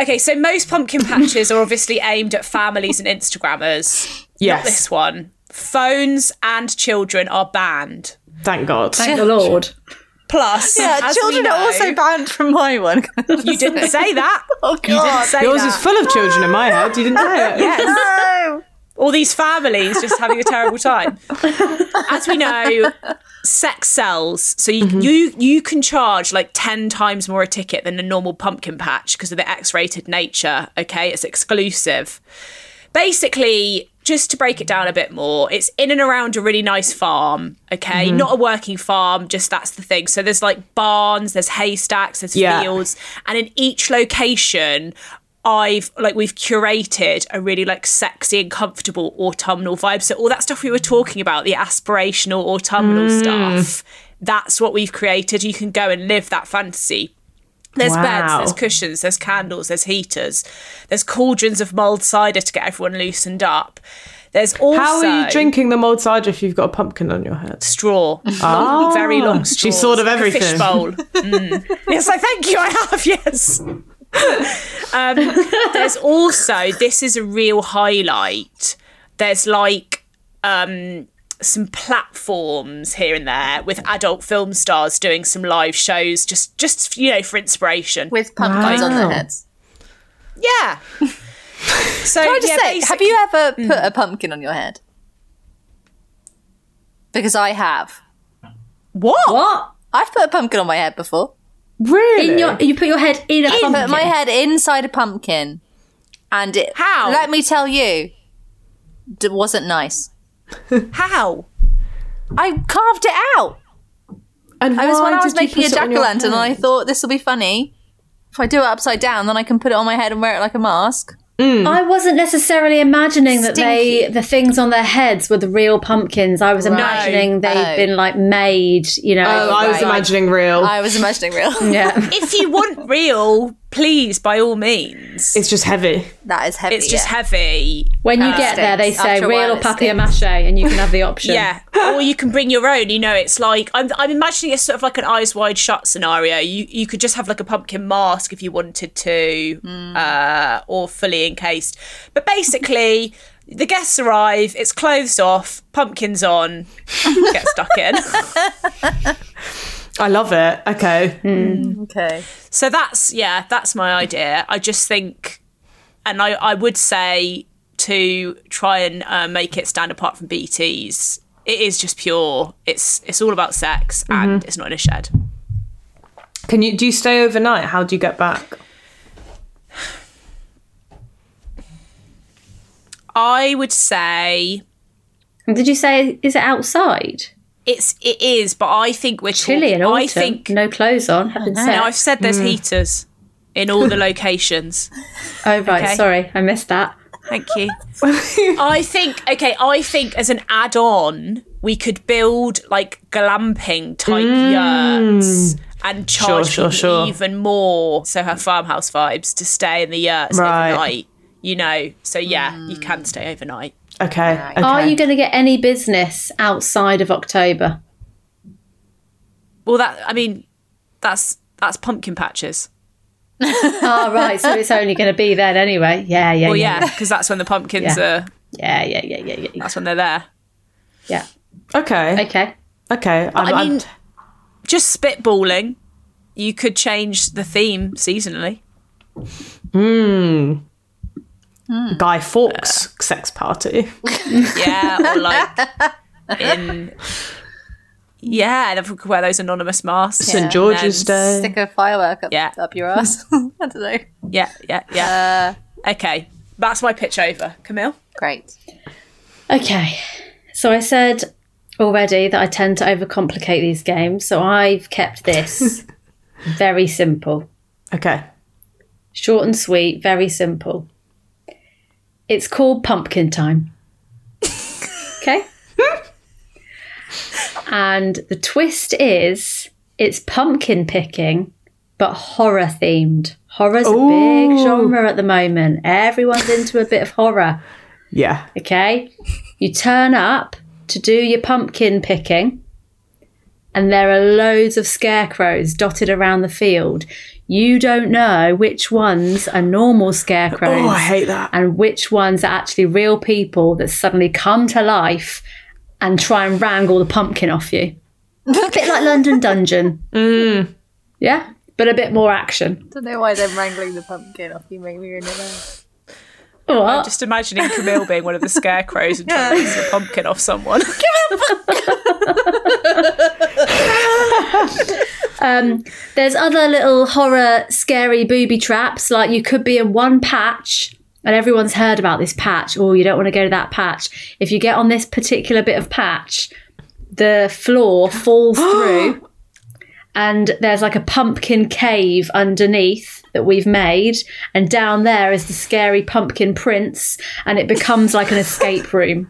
S2: Okay, so most pumpkin patches are obviously aimed at families and Instagrammers. Not
S4: Yes.
S2: this one. Phones and children are banned.
S4: Thank God.
S3: Thank the Lord.
S2: Plus, as we know-
S1: banned from my one.
S2: You didn't say that.
S1: oh God!
S2: Say
S4: Yours
S2: that.
S4: is full of children in my head. You didn't say it.
S2: all these families just having a terrible time. As we know, sex sells. So
S4: Mm-hmm.
S2: you you you can charge like ten times more a ticket than a normal pumpkin patch because of the X-rated nature. Okay, it's exclusive. Basically, just to break it down a bit more, it's in and around a really nice farm. Okay,
S4: Mm-hmm.
S2: not a working farm, just that's the thing. So there's like barns, there's haystacks, there's
S4: Yeah.
S2: fields, and in each location I've like we've curated a really like sexy and comfortable autumnal vibe. So all that stuff we were talking about, the aspirational autumnal
S4: Mm.
S2: stuff, that's what we've created. You can go and live that fantasy. There's beds,
S4: Wow.
S2: there's cushions, there's candles, there's heaters, there's cauldrons of mulled cider to get everyone loosened up. There's also
S4: How are you drinking the mulled cider if you've got a pumpkin on your head?
S2: straw, Long- very long straw.
S4: Ah. She's sort of
S2: A
S4: everything.
S2: fish bowl. Mm. Yes, I thank you. I have yes. um, there's also this is a real highlight. There's like um, some platforms here and there with adult film stars doing some live shows, just just you know for inspiration.
S1: With pumpkins on their heads.
S2: yeah. So
S1: Can I just say,
S2: yeah, Hmm.
S1: have
S2: basically-
S1: you ever put a pumpkin on your head? Because I have.
S2: what?
S3: What?
S1: I've put a pumpkin on my head before.
S4: Really?
S3: In your, you put your head in a
S1: I
S3: pumpkin.
S1: put my head inside a pumpkin, and it.
S2: How?
S1: Let me tell you, it wasn't nice.
S2: How?
S1: I carved it out.
S4: and
S1: I was
S4: why
S1: when I was
S4: did you
S1: making a
S4: put it
S1: jack
S4: on
S1: o'
S4: your
S1: lantern, and
S4: head?
S1: I thought this will be funny. If I do it upside down, then I can put it on my head and wear it like a mask.
S3: I wasn't necessarily imagining that they
S1: Stinky.
S3: the things on their heads were the real pumpkins. I was imagining they had
S1: Oh.
S3: been like made, you know.
S4: Oh, I was
S1: Right.
S4: imagining real.
S1: I was imagining real.
S3: yeah.
S2: If you want real, please by all means.
S4: it's just heavy.
S1: that is heavy.
S2: It's just
S1: yeah.
S2: heavy.
S3: When you get there, they
S1: stinks.
S3: say
S1: After a
S3: real
S1: while,
S3: or
S1: it
S3: papier
S1: stinks.
S3: mache, and you can have the option.
S2: Yeah, or you can bring your own. You know, it's like I'm, I'm imagining it's sort of like an eyes wide shut scenario. You you could just have like a pumpkin mask if you wanted to,
S1: Hmm.
S2: uh, or fully encased. But basically, the guests arrive. It's clothes off, pumpkins on, get stuck in.
S4: I love it. Okay.
S1: Hmm. okay.
S2: so that's yeah, that's my idea. I just think, and I I would say to try and uh, make it stand apart from BTS. It is just pure. It's it's all about sex, and
S3: Mm-hmm.
S2: it's not in a shed.
S4: Can you do you stay overnight? How do you get back?
S2: I would say
S3: And Did you say is it outside?
S2: it's it is, but I think we're
S3: Chilly
S2: talking,
S3: in autumn.
S2: I think
S3: no clothes on. Having
S2: no, I've
S3: sex. Mm.
S2: said there's heaters in all the locations.
S3: oh right,
S2: okay.
S3: sorry, I missed that.
S2: Thank you. I think okay, I think as an add-on we could build like glamping type yurts and charge
S4: Mm. sure,
S2: people
S4: sure.
S2: even more so have farmhouse vibes to stay in the yurts
S4: Right.
S2: overnight. You know, so yeah, you can stay overnight.
S4: Okay. okay.
S3: Are you going to get any business outside of October?
S2: Well, that I mean, that's that's pumpkin patches.
S3: oh right, so it's only going to be then anyway. Yeah, yeah,
S2: Well, yeah,
S3: yeah,
S2: because that's when the pumpkins are.
S3: yeah, yeah, yeah, yeah, yeah, yeah.
S2: That's when they're there.
S3: yeah.
S4: okay.
S3: Okay.
S4: Okay. I'm,
S2: I mean,
S4: I'm-
S2: just spitballing. You could change the theme seasonally.
S4: Guy Fawkes sex party.
S2: Yeah, or like in. Yeah, and if we could wear those anonymous masks.
S4: St George's Day.
S1: Stick a firework up,
S2: Yeah.
S1: up your ass. I don't know. Uh,
S2: Yeah, yeah, yeah. Okay, that's my pitch over. Camille?
S1: Great.
S3: Okay. So I said already that I tend to overcomplicate these games, so I've kept this very simple.
S4: Okay.
S3: Short and sweet, very simple. It's called Pumpkin Time. okay? and the twist is it's pumpkin picking, but horror themed. Horror's a big
S4: Ooh.
S3: genre at the moment. Everyone's into a bit of horror.
S4: Yeah.
S3: Okay. You turn up to do your pumpkin picking, and there are loads of scarecrows dotted around the field. You don't know which ones are normal scarecrows
S4: Oh, I hate that.
S3: and which ones are actually real people that suddenly come to life and try and wrangle the pumpkin off you. a bit like London Dungeon.
S4: Mm.
S3: Yeah, but a bit more action.
S1: don't know why they're wrangling the pumpkin off you, make me really nervous.
S3: What?
S2: Just imagining Camille being one of the scarecrows and trying to piece a pumpkin off someone.
S3: There's other little horror, scary booby traps. Like you could be in one patch, and everyone's heard about this patch. or you don't want to go to that patch. If you get on this particular bit of patch, the floor falls through, and there's like a pumpkin cave underneath that we've made, and down there is the scary pumpkin prince, and it becomes like an escape room,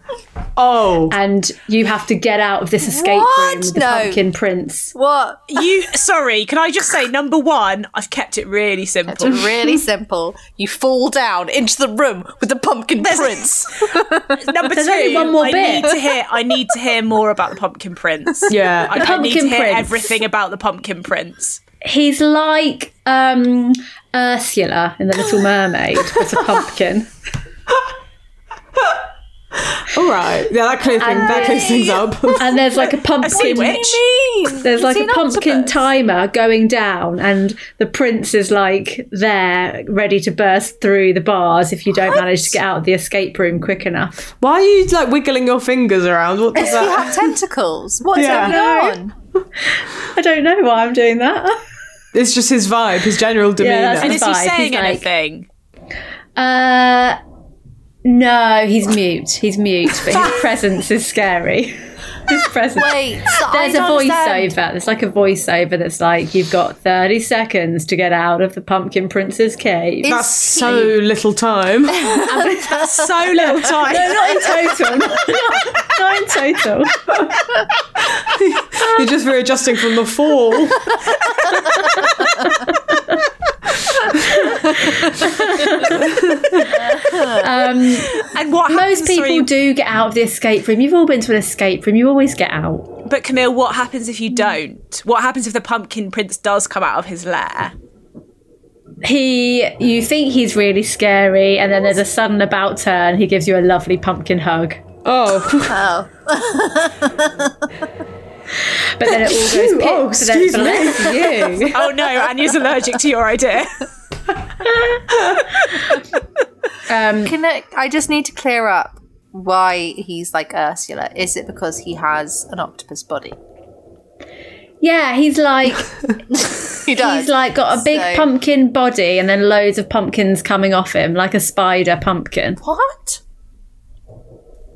S4: Oh.
S3: and you have to get out of this escape room with
S1: What?
S3: the
S1: No.
S3: pumpkin prince.
S1: What?
S2: you sorry, can I just say number one, I've kept it really
S1: It's
S2: simple.
S1: really simple. You fall down into the room with the pumpkin prince.
S2: Number
S3: There's
S2: two,
S3: only one more
S2: I
S3: bit.
S2: need to hear I need to hear more about the pumpkin prince.
S4: Yeah.
S2: I, I need to
S3: Pumpkin
S2: hear
S3: Prince.
S2: everything about the pumpkin prince.
S3: He's like um, Ursula in The Little Mermaid, but a pumpkin.
S4: All right. Yeah, that clears, thing, that clears things up.
S3: And there's like a
S2: Sea
S3: pumpkin.
S2: witch.
S3: There's like a
S1: an
S3: pumpkin
S1: octopus.
S3: timer going down, and the prince is like there, ready to burst through the bars if you don't manage to get out of the escape room quick enough.
S4: Why are you like wiggling your fingers around? What does
S1: You
S4: that?
S1: have tentacles. What's
S4: Yeah.
S1: going on?
S3: I don't know why I'm doing that.
S4: It's just his vibe, his general demeanor.
S3: that's
S2: And is he
S3: Five, he's
S2: saying
S3: like-
S2: anything?
S3: Uh, no, he's mute. He's mute, but his presence is scary. His presence.
S1: Wait, so I
S3: There's a
S1: don't understand.
S3: voiceover. There's like a voiceover that's like, you've got 30 seconds to get out of the Pumpkin Prince's cave.
S1: Is
S4: That's so little time.
S2: That's so little time.
S3: no, not in total. not, not in total.
S4: You're just readjusting from the fall.
S3: Um,
S2: And what happens?
S3: most people
S2: sorry,
S3: do get out of the escape room. You've all been to an escape room. You always get out.
S2: But Camille, what happens if you don't? What happens if the pumpkin prince does come out of his lair?
S3: He, you think he's really scary, and then there's a sudden about turn. He gives you a lovely pumpkin hug,
S4: Oh,
S1: Oh,
S3: but then it all goes. pip,
S4: oh,
S3: so then
S4: excuse
S3: for the
S4: me.
S3: rest of you.
S2: Oh no, Anya's allergic to your idea.
S1: can I, I just need to clear up why he's like Ursula. Is it because he has an octopus body?
S3: Yeah, he's like
S1: He does.
S3: He's like got a big
S1: So-
S3: pumpkin body and then loads of pumpkins coming off him, like a spider pumpkin.
S1: what?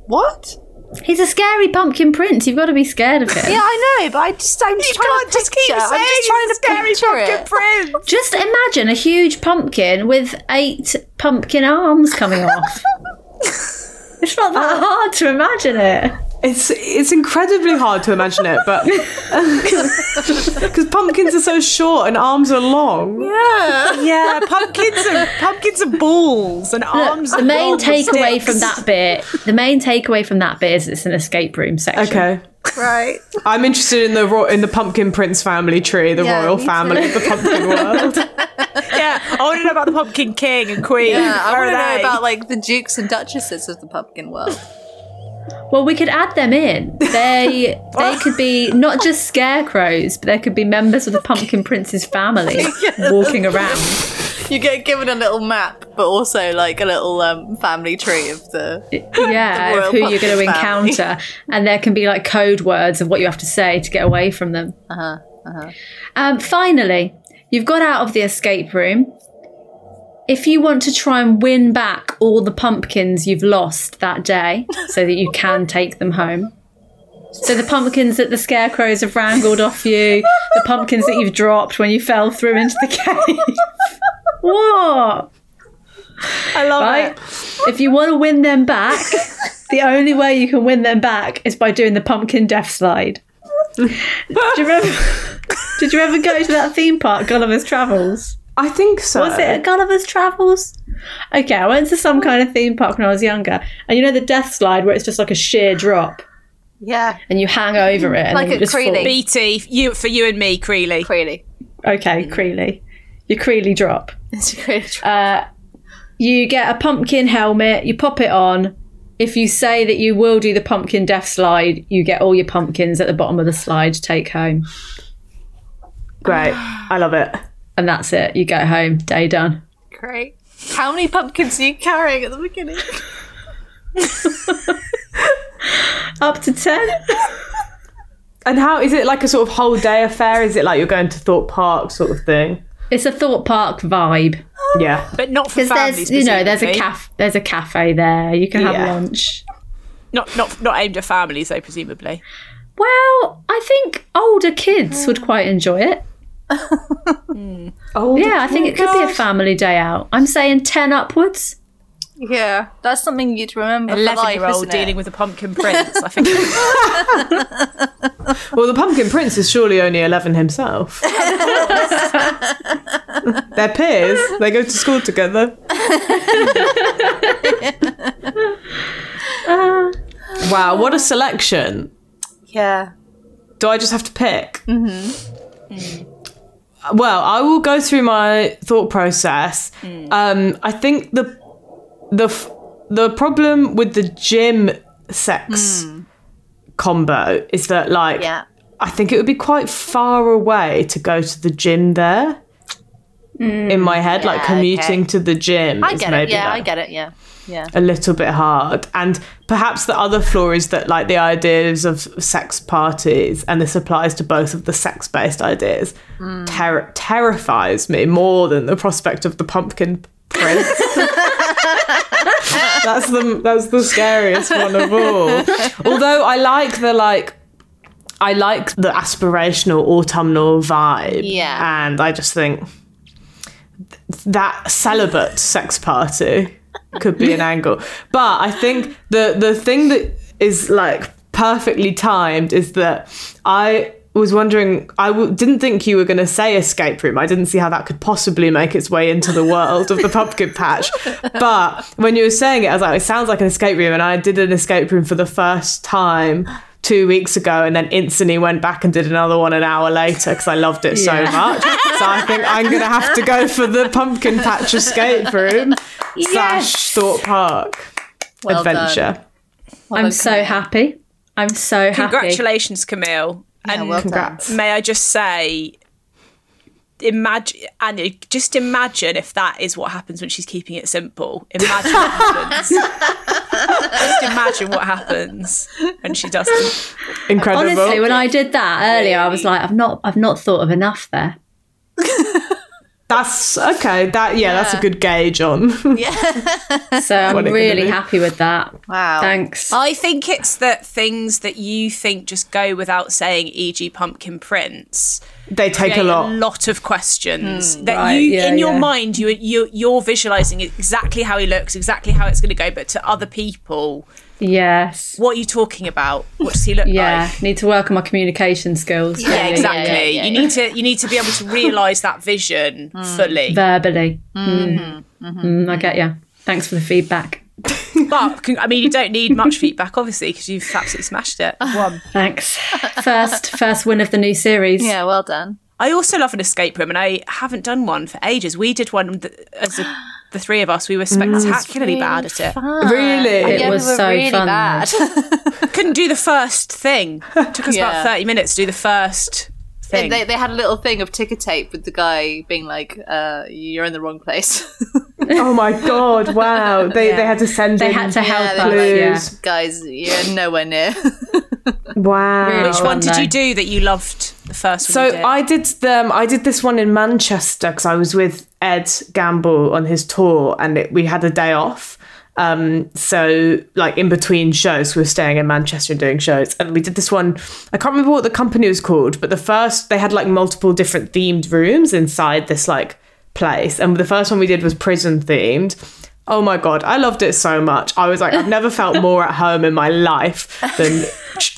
S1: What?
S3: He's a scary pumpkin prince. You've got to be scared of him.
S1: Yeah, I know, but I just I'm just trying to picture. I'm just trying to picture it.
S2: prince.
S3: Just imagine a huge pumpkin with eight pumpkin arms coming off. it's not that hard to imagine it.
S4: it's it's incredibly hard to imagine it, but because pumpkins are so short and arms are long.
S2: Yeah, pumpkins are pumpkins are balls and arms.
S3: The
S2: are
S3: main
S2: balls with
S3: takeaway
S2: sticks.
S3: from that bit, the main takeaway from that bit is it's an escape room section.
S4: Okay,
S1: Right.
S4: I'm interested in the ro- in the pumpkin prince family tree, the
S1: Yeah,
S4: royal
S1: me
S4: family of the pumpkin world.
S2: Yeah, I want to know about the pumpkin king and queen.
S1: Yeah, I
S2: Where
S1: want to
S2: are
S1: know
S2: they?
S1: about like the dukes and duchesses of the pumpkin world.
S3: Well, we could add them in. They they could be not just scarecrows, but they could be members of the Pumpkin Prince's family walking around.
S1: You get given a little map, but also like a little um, family tree of the.
S3: Yeah,
S1: The royal
S3: of who you're
S1: pumpkin
S3: going to
S1: family.
S3: encounter, and there can be like code words of what you have to say to get away from them. Uh huh.
S1: Uh-huh,
S3: Um, finally, you've got out of the escape room. if you want to try and win back all the pumpkins you've lost that day so that you can take them home. So the pumpkins that the scarecrows have wrangled off you, the pumpkins that you've dropped when you fell through into the cave. what?
S2: I love
S3: Right?
S2: it.
S3: If you want to win them back, the only way you can win them back is by doing the pumpkin death slide. Do you remember? Did you ever go to that theme park, Gulliver's Travels?
S4: I think so.
S3: Was it at Gulliver's Travels? Okay, I went to some kind of theme park when I was younger, and you know the death slide where it's just like a sheer drop,
S1: Yeah,
S3: and you hang over it, and
S1: Like
S3: then you
S1: at
S3: just fall.
S1: Creeley.
S2: BT, you for you and me, Creeley.
S1: clearly.
S3: Okay, Creeley, your Creeley drop.
S1: It's a really tr-
S3: You get a pumpkin helmet, you pop it on. If you say that you will do the pumpkin death slide, you get all your pumpkins at the bottom of the slide to take home,
S4: Great. I love it.
S3: and that's it. You go home, day done.
S1: great. How many pumpkins are you carrying at the beginning?
S3: Up to ten.
S4: And how is it like a sort of whole day affair? Is it like you're going to Thorpe Park sort of thing?
S3: It's a thought park vibe.
S4: Yeah.
S2: But not for
S3: Because
S2: families.
S3: there's, you know, there's a
S2: presumably.
S3: caf, there's a cafe there. You can have
S4: Yeah.
S3: lunch.
S2: Not not not aimed at families though, presumably.
S3: Well, I think older kids would quite enjoy it.
S4: Oh
S3: Yeah, I think it could be a family day out. I'm saying ten upwards.
S1: Yeah, that's something you'd remember for
S2: Eleven
S1: life,
S2: year old
S1: isn't it?
S2: dealing with a pumpkin prince. I think
S4: Well, the Pumpkin Prince is surely only eleven himself. They're peers. They go to school together. wow, what a selection!
S1: Yeah.
S4: Do I just have to pick? Mm-hmm. Well, I will go through my thought process.
S1: Mm.
S4: Um, I think the the f- the problem with the gym sex combo is that like
S1: Mm. Yeah.
S4: I think it would be quite far away to go to the gym there. In my head, like
S1: Mm, yeah,
S4: commuting to the gym
S1: I
S4: is
S1: get it.
S4: maybe
S1: Yeah, I
S4: like,
S1: get it. Yeah. Yeah.
S4: a little bit hard. And perhaps the other flaw is that, like, the ideas of sex parties, and this applies to both of the sex based ideas, ter- terrifies me more than the prospect of the pumpkin prince. that's the that's the scariest one of all. Although I like the like. I like the aspirational autumnal vibe.
S1: Yeah.
S4: And I just think that celibate sex party could be an angle. But I think the the thing that is like perfectly timed is that I was wondering I w- didn't think you were going to say escape room. I didn't see how that could possibly make its way into the world of the pumpkin patch. But when you were saying it I was like it sounds like an escape room and I did an escape room for the first time 2 weeks ago and then instantly went back and did another one an hour later cuz I loved it so
S3: Yeah.
S4: much. So I think I'm going to have to go for the pumpkin patch escape room slash Thorpe Park
S1: Well done.
S4: adventure.
S1: Well
S3: I'm
S1: done,
S3: so
S1: Camille.
S3: happy. I'm so happy.
S2: congratulations, Camille.
S1: Yeah, well done.
S4: Congrats.
S2: May I just say, imagine and just imagine if that is what happens when she's keeping it simple. Imagine what happens. just imagine what happens when she doesn't.
S4: Incredible.
S3: Honestly, when I did that earlier, I was like, I've not, I've not thought of enough there.
S4: that's okay. That yeah, that's a good gauge on.
S3: So I'm
S4: What it could
S3: really
S4: be.
S3: happy with that.
S1: Wow.
S3: Thanks.
S2: I think it's that things that you think just go without saying, e.g., Pumpkin Prince.
S4: they take a
S2: create
S4: lot.
S2: of questions that
S3: Hmm, Right,
S2: you
S3: yeah,
S2: in your
S3: yeah.
S2: mind you you you're visualizing exactly how he looks exactly how it's going to go but to other people
S3: Yes.
S2: what are you talking about what does he look
S3: Yeah.
S2: like
S3: Need to work on my communication skills.
S2: yeah, Hmm.
S3: really.
S2: exactly.
S1: yeah, yeah,
S2: you
S1: yeah.
S2: need to you need to be able to realize that vision fully.
S3: Verbally. Mm.
S2: Mm-hmm.
S3: Mm, I get you. Thanks for the feedback.
S2: But con- I mean, you don't need much feedback, obviously, because you've absolutely smashed it. One.
S3: Thanks. First, first win of the new series.
S1: Yeah, well done.
S2: I also love an escape room, and I haven't done one for ages. We did one th- as a, the three of us. We were spectacularly bad at it.
S4: Really?
S3: It
S1: yeah,
S3: was
S1: we were
S3: so
S1: really
S3: fun.
S1: bad.
S2: couldn't do the first thing. took us
S1: Yeah.
S2: about 30 minutes to do the first thing.
S1: they, they had a little thing of ticker tape with the guy being like, uh, "You're in the wrong place."
S4: oh my god! Wow. They they had to send.
S3: They
S4: in
S3: had to help
S1: they
S3: us.
S1: were
S3: Yeah.
S4: clues.
S1: Guys, you're nowhere near.
S4: Wow.
S3: Really
S2: Which one did
S3: though.
S2: you do that you loved the first one?
S4: So
S2: you did?
S4: um, I did them. I did this one in Manchester because I was with Ed Gamble on his tour, and it, we had a day off. Um, so like in between shows, we were staying in Manchester and doing shows, and we did this one. I can't remember what the company was called, but the first they had like multiple different themed rooms inside this like place, and the first one we did was prison themed. Oh my god, I loved it so much. I was like, I've never felt more at home in my life than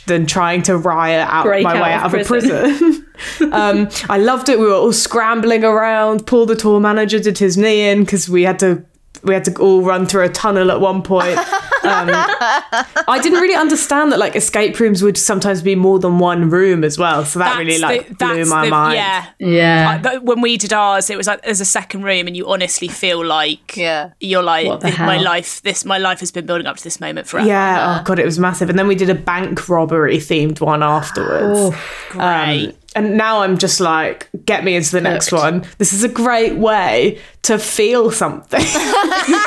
S4: than trying to riot out
S3: Break
S4: my
S3: out
S4: way
S3: of
S4: out of
S3: prison.
S4: a prison. Um, I loved it. We were all scrambling around. Paul, the tour manager, did his knee in because we had to we had to all run through a tunnel at one point. Um, I didn't really understand that like escape rooms would sometimes be more than one room as well. So that
S2: That's
S4: really like
S2: the-
S4: blew
S2: that's
S4: my
S2: the-
S4: mind.
S2: Yeah,
S3: Yeah.
S2: Like, Uh, but when we did ours, it was like there's a second room, and you honestly feel like
S1: Yeah.
S2: you're like
S3: What the
S2: "Th- my
S3: hell?"
S2: life. This my life has been building up to this moment forever.
S4: Yeah, oh god, it was massive. And then we did a bank robbery themed one afterwards. Um,
S2: Great.
S4: and now I'm just like, get me into the next
S3: Hooked.
S4: one. This is a great way to feel something.
S3: Um,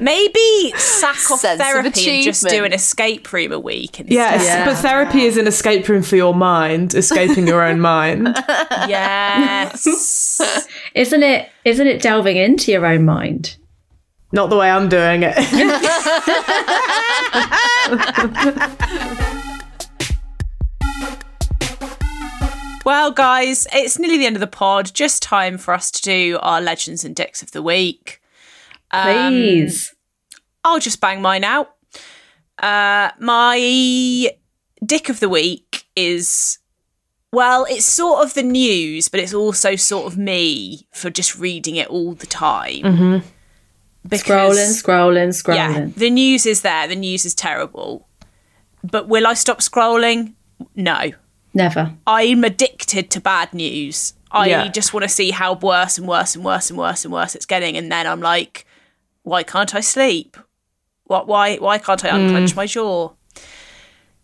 S2: Maybe sack off
S1: Sense of
S2: therapy and just do
S1: achievement.
S2: an escape room a week. And
S4: Yeah,
S3: Yeah.
S4: but therapy is an escape room for your mind, escaping your own mind.
S2: Yes.
S3: Isn't it isn't it delving into your own mind?
S4: Not the way I'm doing it.
S2: well, guys, it's nearly the end of the pod. Just time for us to do our legends and dicks of the week. Um,
S3: Please.
S2: I'll just bang mine out. Uh, my dick of the week is well, it's sort of the news, but it's also sort of me for just reading it all the time. Mm-hmm.
S3: scrolling, scrolling,
S2: yeah,
S3: scrolling.
S2: the news is there. The news is terrible. But will I stop scrolling? No.
S3: Never.
S2: I'm addicted to bad news. I
S4: Yeah.
S2: just want to see how worse and worse and worse and worse and worse it's getting, and then I'm like, why can't I sleep? What? Why? Why can't I unclench
S3: Mm.
S2: my jaw?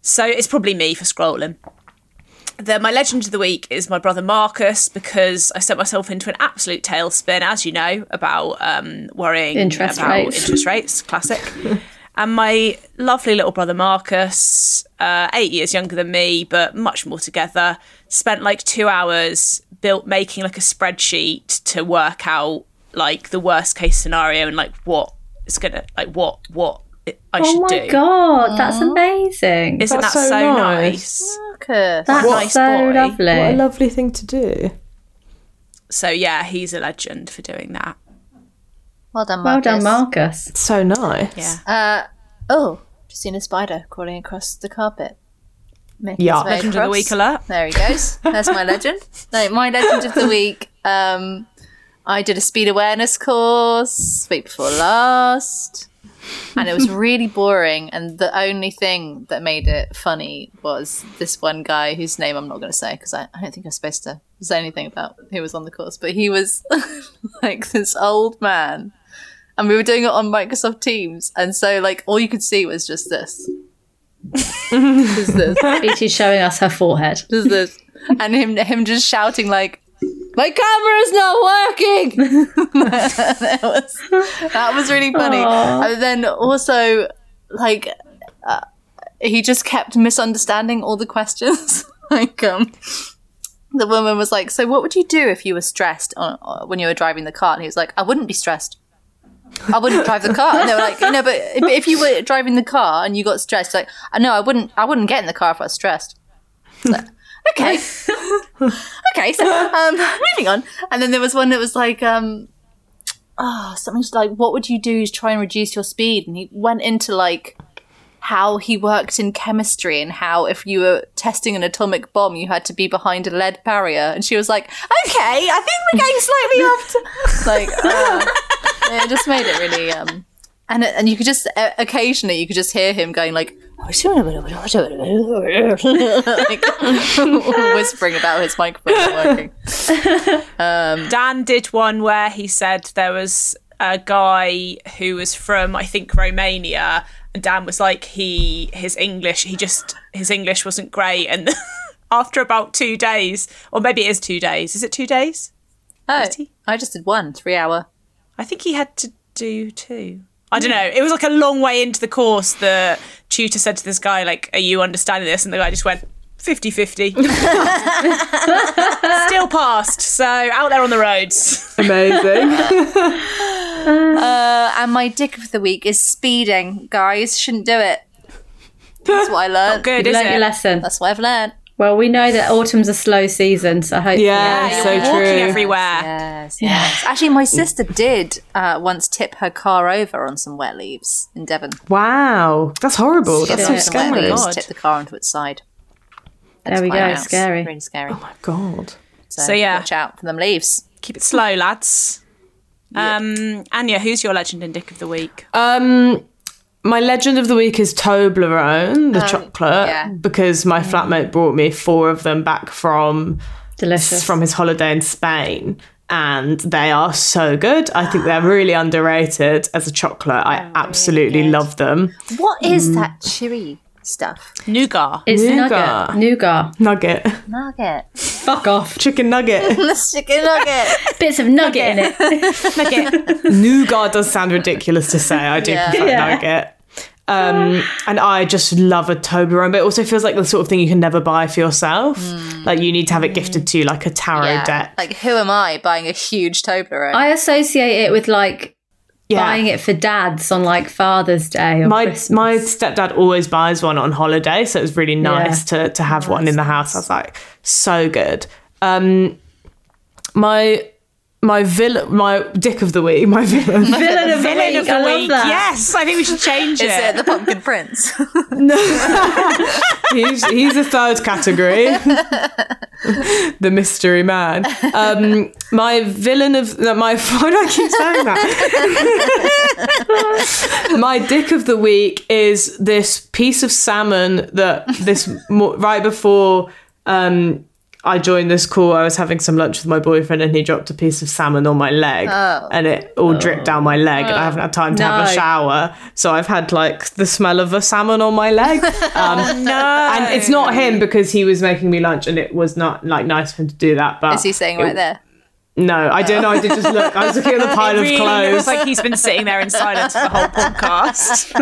S2: So it's probably me for scrolling. The, my legend of the week is my brother Marcus because I set myself into an absolute tailspin, as you know, about um, worrying
S3: Interest
S2: about
S3: rates.
S2: interest rates. Classic. and my lovely little brother Marcus, uh, eight years younger than me, but much more together, spent like two hours built making like a spreadsheet to work out like the worst case scenario and like what it's gonna like what what I
S3: Oh
S2: should
S3: my
S2: do.
S3: god, that's amazing.
S2: Isn't
S4: That's
S2: that so,
S4: so
S2: nice?
S4: nice.
S1: Marcus.
S3: that's
S2: nice
S3: so
S2: boy.
S3: lovely.
S4: what a lovely thing to do.
S2: So yeah, he's a legend for doing that.
S1: Well done,
S3: well
S1: Marcus.
S3: done, Marcus.
S4: So nice.
S2: Yeah.
S1: Uh, oh, just seen a spider crawling across the carpet. Making
S4: Yeah.
S1: its way
S2: Legend of the
S1: across.
S2: week alert.
S1: There he goes. That's my legend. No, my legend of the week. Um, I did a speed awareness course week before last, and it was really boring. And the only thing that made it funny was this one guy whose name I'm not going to say because I, I don't think I'm supposed to say anything about who was on the course. But he was like this old man, and we were doing it on Microsoft Teams, and so like all you could see was just this. just this
S3: BT's showing us her forehead.
S1: does this and him him just shouting like my camera's not working that, was, that was really funny
S3: Aw.
S1: and then also like uh, he just kept misunderstanding all the questions like um the woman was like so what would you do if you were stressed on, on- when you were driving the car and he was like i wouldn't be stressed I wouldn't drive the car. And they were like, no, but but if you were driving the car and you got stressed, like, no, I wouldn't. I wouldn't get in the car if I was stressed okay okay so um moving on and then there was one that was like um oh something like what would you do to try and reduce your speed and he went into like how he worked in chemistry and how if you were testing an atomic bomb you had to be behind a lead barrier and she was like okay i think we're going slightly off t-" like uh, yeah, it just made it really um and and you could just uh, occasionally you could just hear him going like like whispering about his microphone not working.
S2: Dan did one where he said there was a guy who was from I think Romania and Dan was like he his English he just his English wasn't great and after about 2 days or maybe it is 2 days is it 2 days
S1: Oh,
S2: he?
S1: I just did one three hour.
S2: I think he had to do 2 I don't know it was like a long way into the course the tutor said to this guy like are you understanding this and the guy just went 50 50. Still passed. So out there on the roads.
S4: Amazing.
S1: Uh, and my dick of the week is speeding, guys. Shouldn't do it. That's what I learned.
S2: Good,
S3: You
S2: is
S3: learnt your
S2: it?
S3: lesson.
S1: That's what I've learned.
S3: Well, we know that autumn's a slow season, so hopefully.
S4: Yeah,
S2: You're
S4: so
S2: walking
S4: true.
S2: everywhere.
S1: Yes, yes. Actually, my sister did uh, once tip her car over on some wet leaves in Devon.
S4: Wow, that's horrible. That's so
S1: She did it on wet
S4: scary.
S1: leaves,
S4: Oh
S1: Tipped the car onto its side.
S3: There we
S1: My
S3: go.
S1: house.
S3: Scary.
S1: Really scary.
S4: Oh my god.
S1: So,
S2: So, yeah.
S1: watch out for them leaves.
S2: Keep it slow, lads. Um, Anya, who's your legend and dick of the week?
S4: Um, my legend of the week is Toblerone,
S2: Um,
S4: the chocolate,
S1: yeah.
S4: because
S2: Mm.
S4: my flatmate brought me four of them back from
S3: Delicious.
S4: from his holiday in Spain. And they are so good. I think they're really underrated as a chocolate.
S3: Oh,
S4: I absolutely love them.
S1: What is that chewy stuff?
S2: Nougat.
S3: it's nougat.
S4: Nougat.
S3: Nougat.
S4: Nugget,
S1: Nugget.
S3: Fuck off.
S4: chicken nugget.
S1: chicken nugget.
S3: Bits of nugget in it.
S4: nougat does sound ridiculous to say. I do
S1: Yeah.
S4: prefer
S3: Yeah.
S4: nougat. Um, and I just love a Toblerone, but it also feels like the sort of thing you can never buy for yourself.
S3: Mm.
S4: Like you need to have it gifted to you, like a tarot
S1: Yeah.
S4: deck.
S1: Like, who am I buying a huge Toblerone?
S3: I associate it with like
S4: yeah.
S3: buying it for dads on like Father's Day or
S4: my
S3: Christmas.
S4: my stepdad always buys one on holiday, so it was really nice to to have one in the house. I was like, so good. Um, my my villain, my dick of the week, my villain.
S3: villain of the
S2: Villain
S3: week.
S2: of the
S3: I love
S2: week.
S3: that.
S2: Yes, I think we should change
S1: is it
S2: it.
S1: the Pumpkin Prince?
S4: he's, he's a third category. the mystery man. Um, my villain of no, my. Why do I keep saying that? my dick of the week is this piece of salmon that this mo- right before. Um, I joined this call. I was having some lunch with my boyfriend, and he dropped a piece of salmon on my leg, and it all dripped down my leg. and I haven't had time to have a
S3: No.
S4: shower, so I've had like the smell of a salmon on my leg. Um,
S2: no.
S4: and it's not him because he was making me lunch and it was not like nice for him to do that. But
S1: Is he saying right there?
S4: No, I don't know. I did just look. I was looking at the pile of
S2: really
S4: clothes.
S2: looks like he's been sitting there in silence for the whole podcast.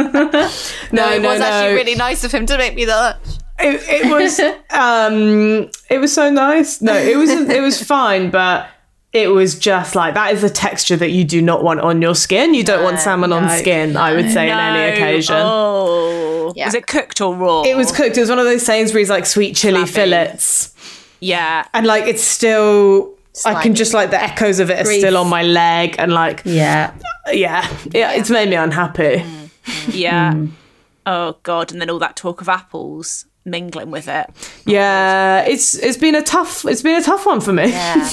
S4: no,
S1: it
S4: no,
S1: was
S4: no.
S1: actually really nice of him to make me the lunch.
S4: it, it was. Um, it was so nice. No, it was. It was fine, but. It was just like that is a texture that you do not want on your skin. You don't want salmon on skin, I would say, on any occasion.
S2: Oh.
S1: Yeah.
S2: Was it cooked or raw?
S4: It
S1: Oh.
S4: was cooked. It was one of those Sainsbury's like sweet chili fillets.
S2: Yeah.
S4: And like it's still, I
S1: Slimy.
S4: can just like the echoes of it are
S3: Grease.
S4: still on my leg. And like,
S3: Yeah.
S4: yeah, yeah, it's made me unhappy.
S2: Mm. Yeah.
S4: Hmm.
S2: Oh god, and then all that talk of apples mingling with it.
S4: Yeah, it's it's been a tough it's been a tough one for me.
S1: Yeah.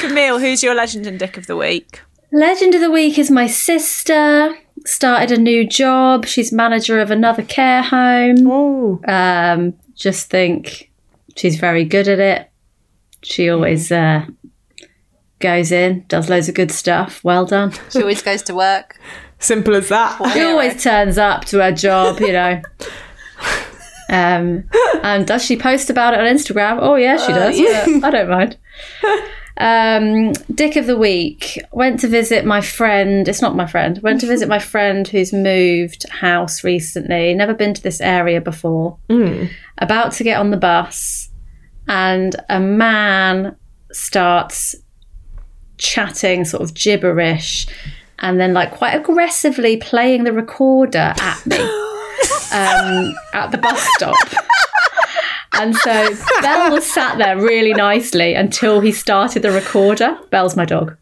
S2: Camille, who's your legend and dick of the week?
S3: Legend of the week is my sister. Started a new job. She's manager of another care home.
S4: Oh,
S3: Um, just think she's very good at it. She always uh, goes in, does loads of good stuff. Well done.
S1: She always goes to work.
S4: simple as that.
S3: She
S1: Hero.
S3: always turns up to her job, you know. um, and does she post about it on Instagram? Oh yeah, she does. but I don't mind. Um, Dick of the week went to visit my friend. It's not my friend. Went to visit my friend who's moved house recently. Never been to this area before. About to get on the bus, and a man starts chatting, sort of gibberish, and then like quite aggressively playing the recorder at me um, at the bus stop. And so Belle was sat there really nicely until he started the recorder. Belle's my dog.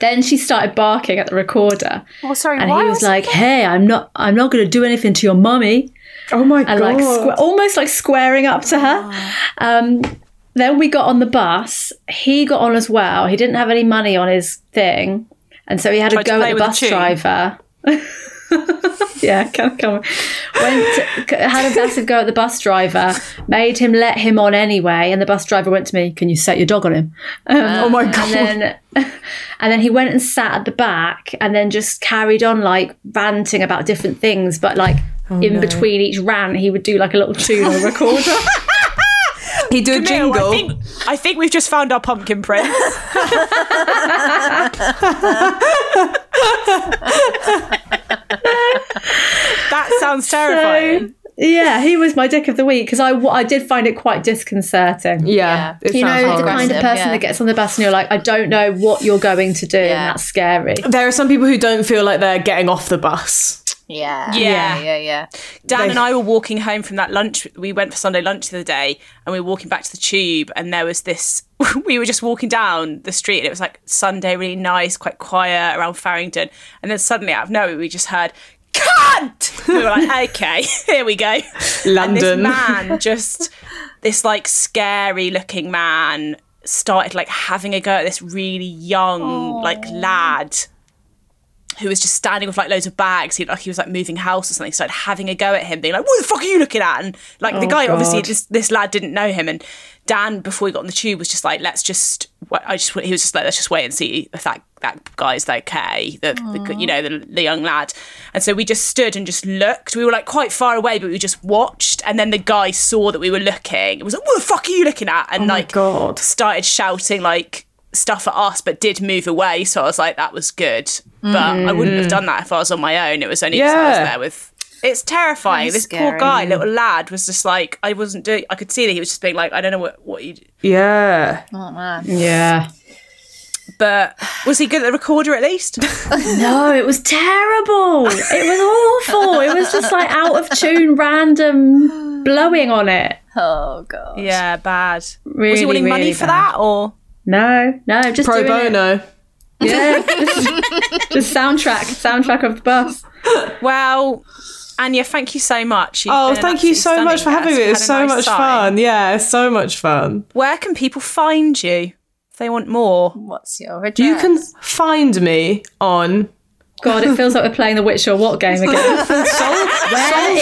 S3: Then she started barking at the recorder,
S1: Well, sorry,
S3: and
S1: why
S3: he was like, "Hey, I'm not, I'm not going to do anything to your mummy."
S4: Oh my
S3: and
S4: god!
S3: like squ- almost like squaring up to her.
S2: Ah.
S3: Um, then we got on the bus. He got on as well. He didn't have any money on his thing, and so he had
S2: Tried
S3: a
S2: to
S3: go
S2: play
S3: at
S2: with
S3: the
S2: the
S3: bus
S2: tune.
S3: driver. yeah, come come. Went to- had a massive go at the bus driver. Made him let him on anyway, and the bus driver went to me. Can you set your dog on him?
S4: oh my god!
S3: and then and then he went and sat at the back and then just carried on like ranting about different things but like
S4: Oh,
S3: in between each rant he would do like a little tune or recorder
S4: he do a
S2: Camille,
S4: jingle.
S2: I think I think we've just found our pumpkin prince. that sounds terrifying.
S3: Yeah, he was my dick of the week because I, w- I did find it quite disconcerting.
S1: Yeah.
S4: Yeah. It
S3: you
S4: sounds
S3: know, the
S4: horrible.
S3: kind of
S1: Aggressive,
S3: person
S1: yeah.
S3: that gets on the bus and you're like, I don't know what you're going to do,
S1: Yeah.
S3: and that's scary.
S4: There are some people who don't feel like they're getting off the bus.
S1: Yeah.
S2: Yeah.
S1: Yeah. Yeah. Yeah.
S2: Dan and I were walking home from that lunch. We went for Sunday lunch the other day, and we were walking back to the tube, and there was this. We were just walking down the street, and it was like Sunday, really nice, quite quiet around Farringdon, and then suddenly out of nowhere, we just heard "cunt." We were like, "Okay, here we go."
S4: London.
S2: And this man just this like scary looking man started like having a go at this really young like lad who was just standing with like loads of bags. He like he was like moving house or something. Started having a go at him, being like, "What the fuck are you looking at?" And like the guy obviously
S3: God.
S2: this this lad didn't know him. And Dan before he got on the tube was just like, "Let's just." wa- I just he was just like, "Let's just wait and see if that that guy's okay." The, the you know the, the young lad. And so we just stood and just looked. We were like quite far away, but we just watched. And then the guy saw that we were looking. It was like, "What the fuck are you looking at?" And like
S4: Oh God.
S2: started shouting like stuff at us, but did move away. So I was like, that was good. But I wouldn't have done that if I was on my own. It was only 'cause I was
S4: Mm. Yeah.
S2: there with. It's terrifying.
S1: That is
S2: This poor
S1: scary.
S2: guy, little lad, was just like, I wasn't doing. I could see that he was just being like, I don't know what what you.
S4: Yeah.
S1: Oh, man.
S3: Yeah.
S2: But was he good at the recorder at least?
S3: No, it was terrible. It was awful. It was just like out of tune, random blowing on it.
S1: Oh, God.
S2: yeah, bad. was
S3: Really,
S2: he wanting money
S3: really
S2: for
S3: bad.
S2: that or?
S3: No, no, just
S4: Pro
S3: doing it-
S4: bono.
S3: Yeah, just soundtrack, soundtrack of the bus.
S2: Well, Anya, thank you so much. You've
S4: Oh,
S2: been an
S4: thank you
S2: absolute
S4: so much
S2: stunning
S4: for having
S2: guest.
S4: me.
S2: We've
S4: It's
S2: had
S4: so
S2: a nice
S4: much
S2: time.
S4: fun. Yeah, it's so much fun.
S2: Where can people find you if they want more?
S1: What's your address?
S4: You can find me on
S3: God, it feels like we're playing the Which or What game again. Where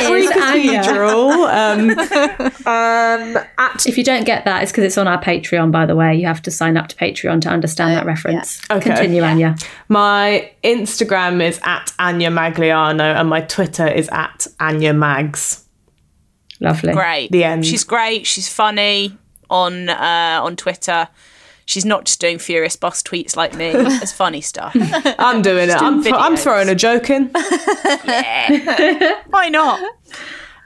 S4: Free
S3: is Anya?
S4: Cathedral. Um, um, at
S3: If you don't get that, it's because it's on our Patreon. By the way, you have to sign up to Patreon to understand that reference.
S4: Okay.
S3: Continue, Anya.
S4: my Instagram is at Anya Magliano and my Twitter is at Anya Mags.
S3: Lovely.
S2: great.
S4: The end.
S2: She's great. She's funny on uh, on Twitter. She's not just doing furious boss tweets like me. It's funny stuff.
S4: I'm doing it. I'm,
S2: doing
S4: I'm
S2: videos.
S4: throwing a joke in.
S2: Why not?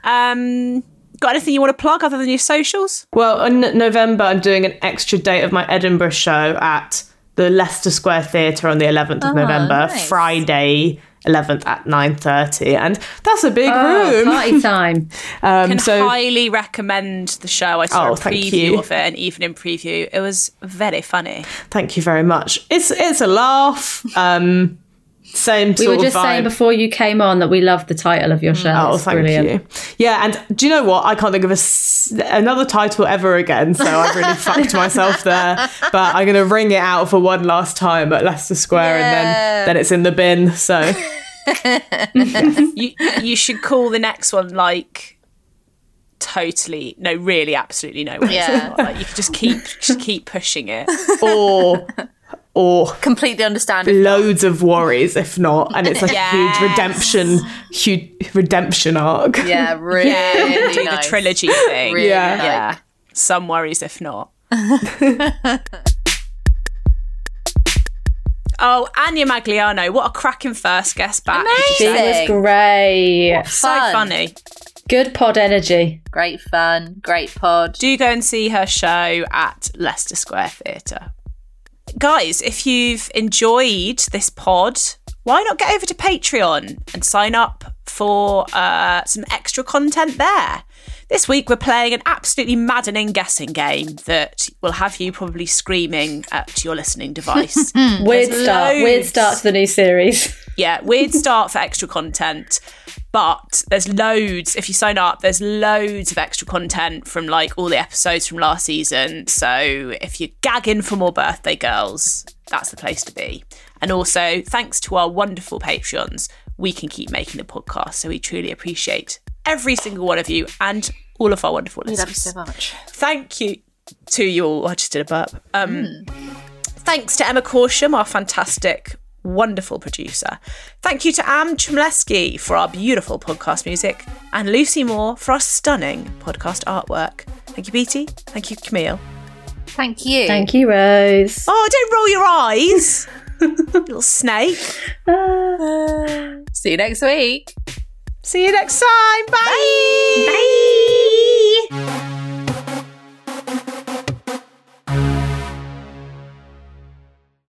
S2: Um, got anything you want to plug other than your socials?
S4: Well, in November, I'm doing an extra date of my Edinburgh show at the Leicester Square Theatre on the 11th of November,
S1: nice.
S4: Friday 11th at 9.30. And that's a big
S3: Oh,
S4: room.
S3: party time.
S4: Um,
S2: Can
S4: so
S2: highly recommend the show. I saw
S4: Oh,
S2: a
S4: thank
S2: preview
S4: you.
S2: of it, an evening preview. It was very funny.
S4: thank you very much. It's it's a laugh. Um, same
S3: We
S4: sort
S3: were just
S4: of vibe.
S3: saying before you came on that we love the title of your show.
S4: Oh,
S3: It's
S4: thank
S3: brilliant.
S4: you. Yeah, and do you know what? I can't think of a s- another title ever again, so I've really fucked myself there. But I'm gonna ring it out for one last time at Leicester Square, and then then it's in the bin. So
S2: You you should call the next one like totally no, really, absolutely no. worries.
S1: Yeah.
S2: like you could just keep just keep pushing it.
S4: or or
S1: Completely understand.
S4: loads of worries, if not, and it's like a
S2: Yes.
S4: huge redemption, huge redemption arc.
S1: Yeah, really.
S2: Yeah, do
S1: nice.
S2: the trilogy thing.
S1: Really
S4: Yeah.
S1: nice.
S2: Yeah. Some worries if not. oh, Anya Magliano, what a cracking first guest back.
S1: Amazing.
S3: She was great.
S2: So
S1: Fun.
S2: funny.
S3: Good pod energy.
S1: Great fun. Great pod.
S2: Do go and see her show at Leicester Square Theatre. Guys, if you've enjoyed this pod, why not get over to Patreon and sign up for uh, some extra content there? This week, we're playing an absolutely maddening guessing game that will have you probably screaming at your listening device.
S3: Weird
S2: There's
S3: start. Weird
S2: loads.
S3: start to the new series.
S2: yeah, weird start for extra content. But there's loads. If you sign up, there's loads of extra content from like all the episodes from last season. So if you're gagging for more birthday girls, that's the place to be. And also, thanks to our wonderful Patreons, we can keep making the podcast. So we truly appreciate every single one of you and all of our wonderful
S1: We love you
S2: listeners
S1: so much.
S2: thank you to you all. I just did a burp. Um, Thanks to Emma Corsham, our fantastic, wonderful producer. Thank you to Am Chmleski for our beautiful podcast music and Lucy Moore for our stunning podcast artwork. Thank you, Beatty. Thank you, Camille.
S1: Thank you.
S3: Thank you, Rose.
S2: Oh, don't roll your eyes, little snake.
S1: See you next week.
S5: See you next time. Bye.
S2: Bye.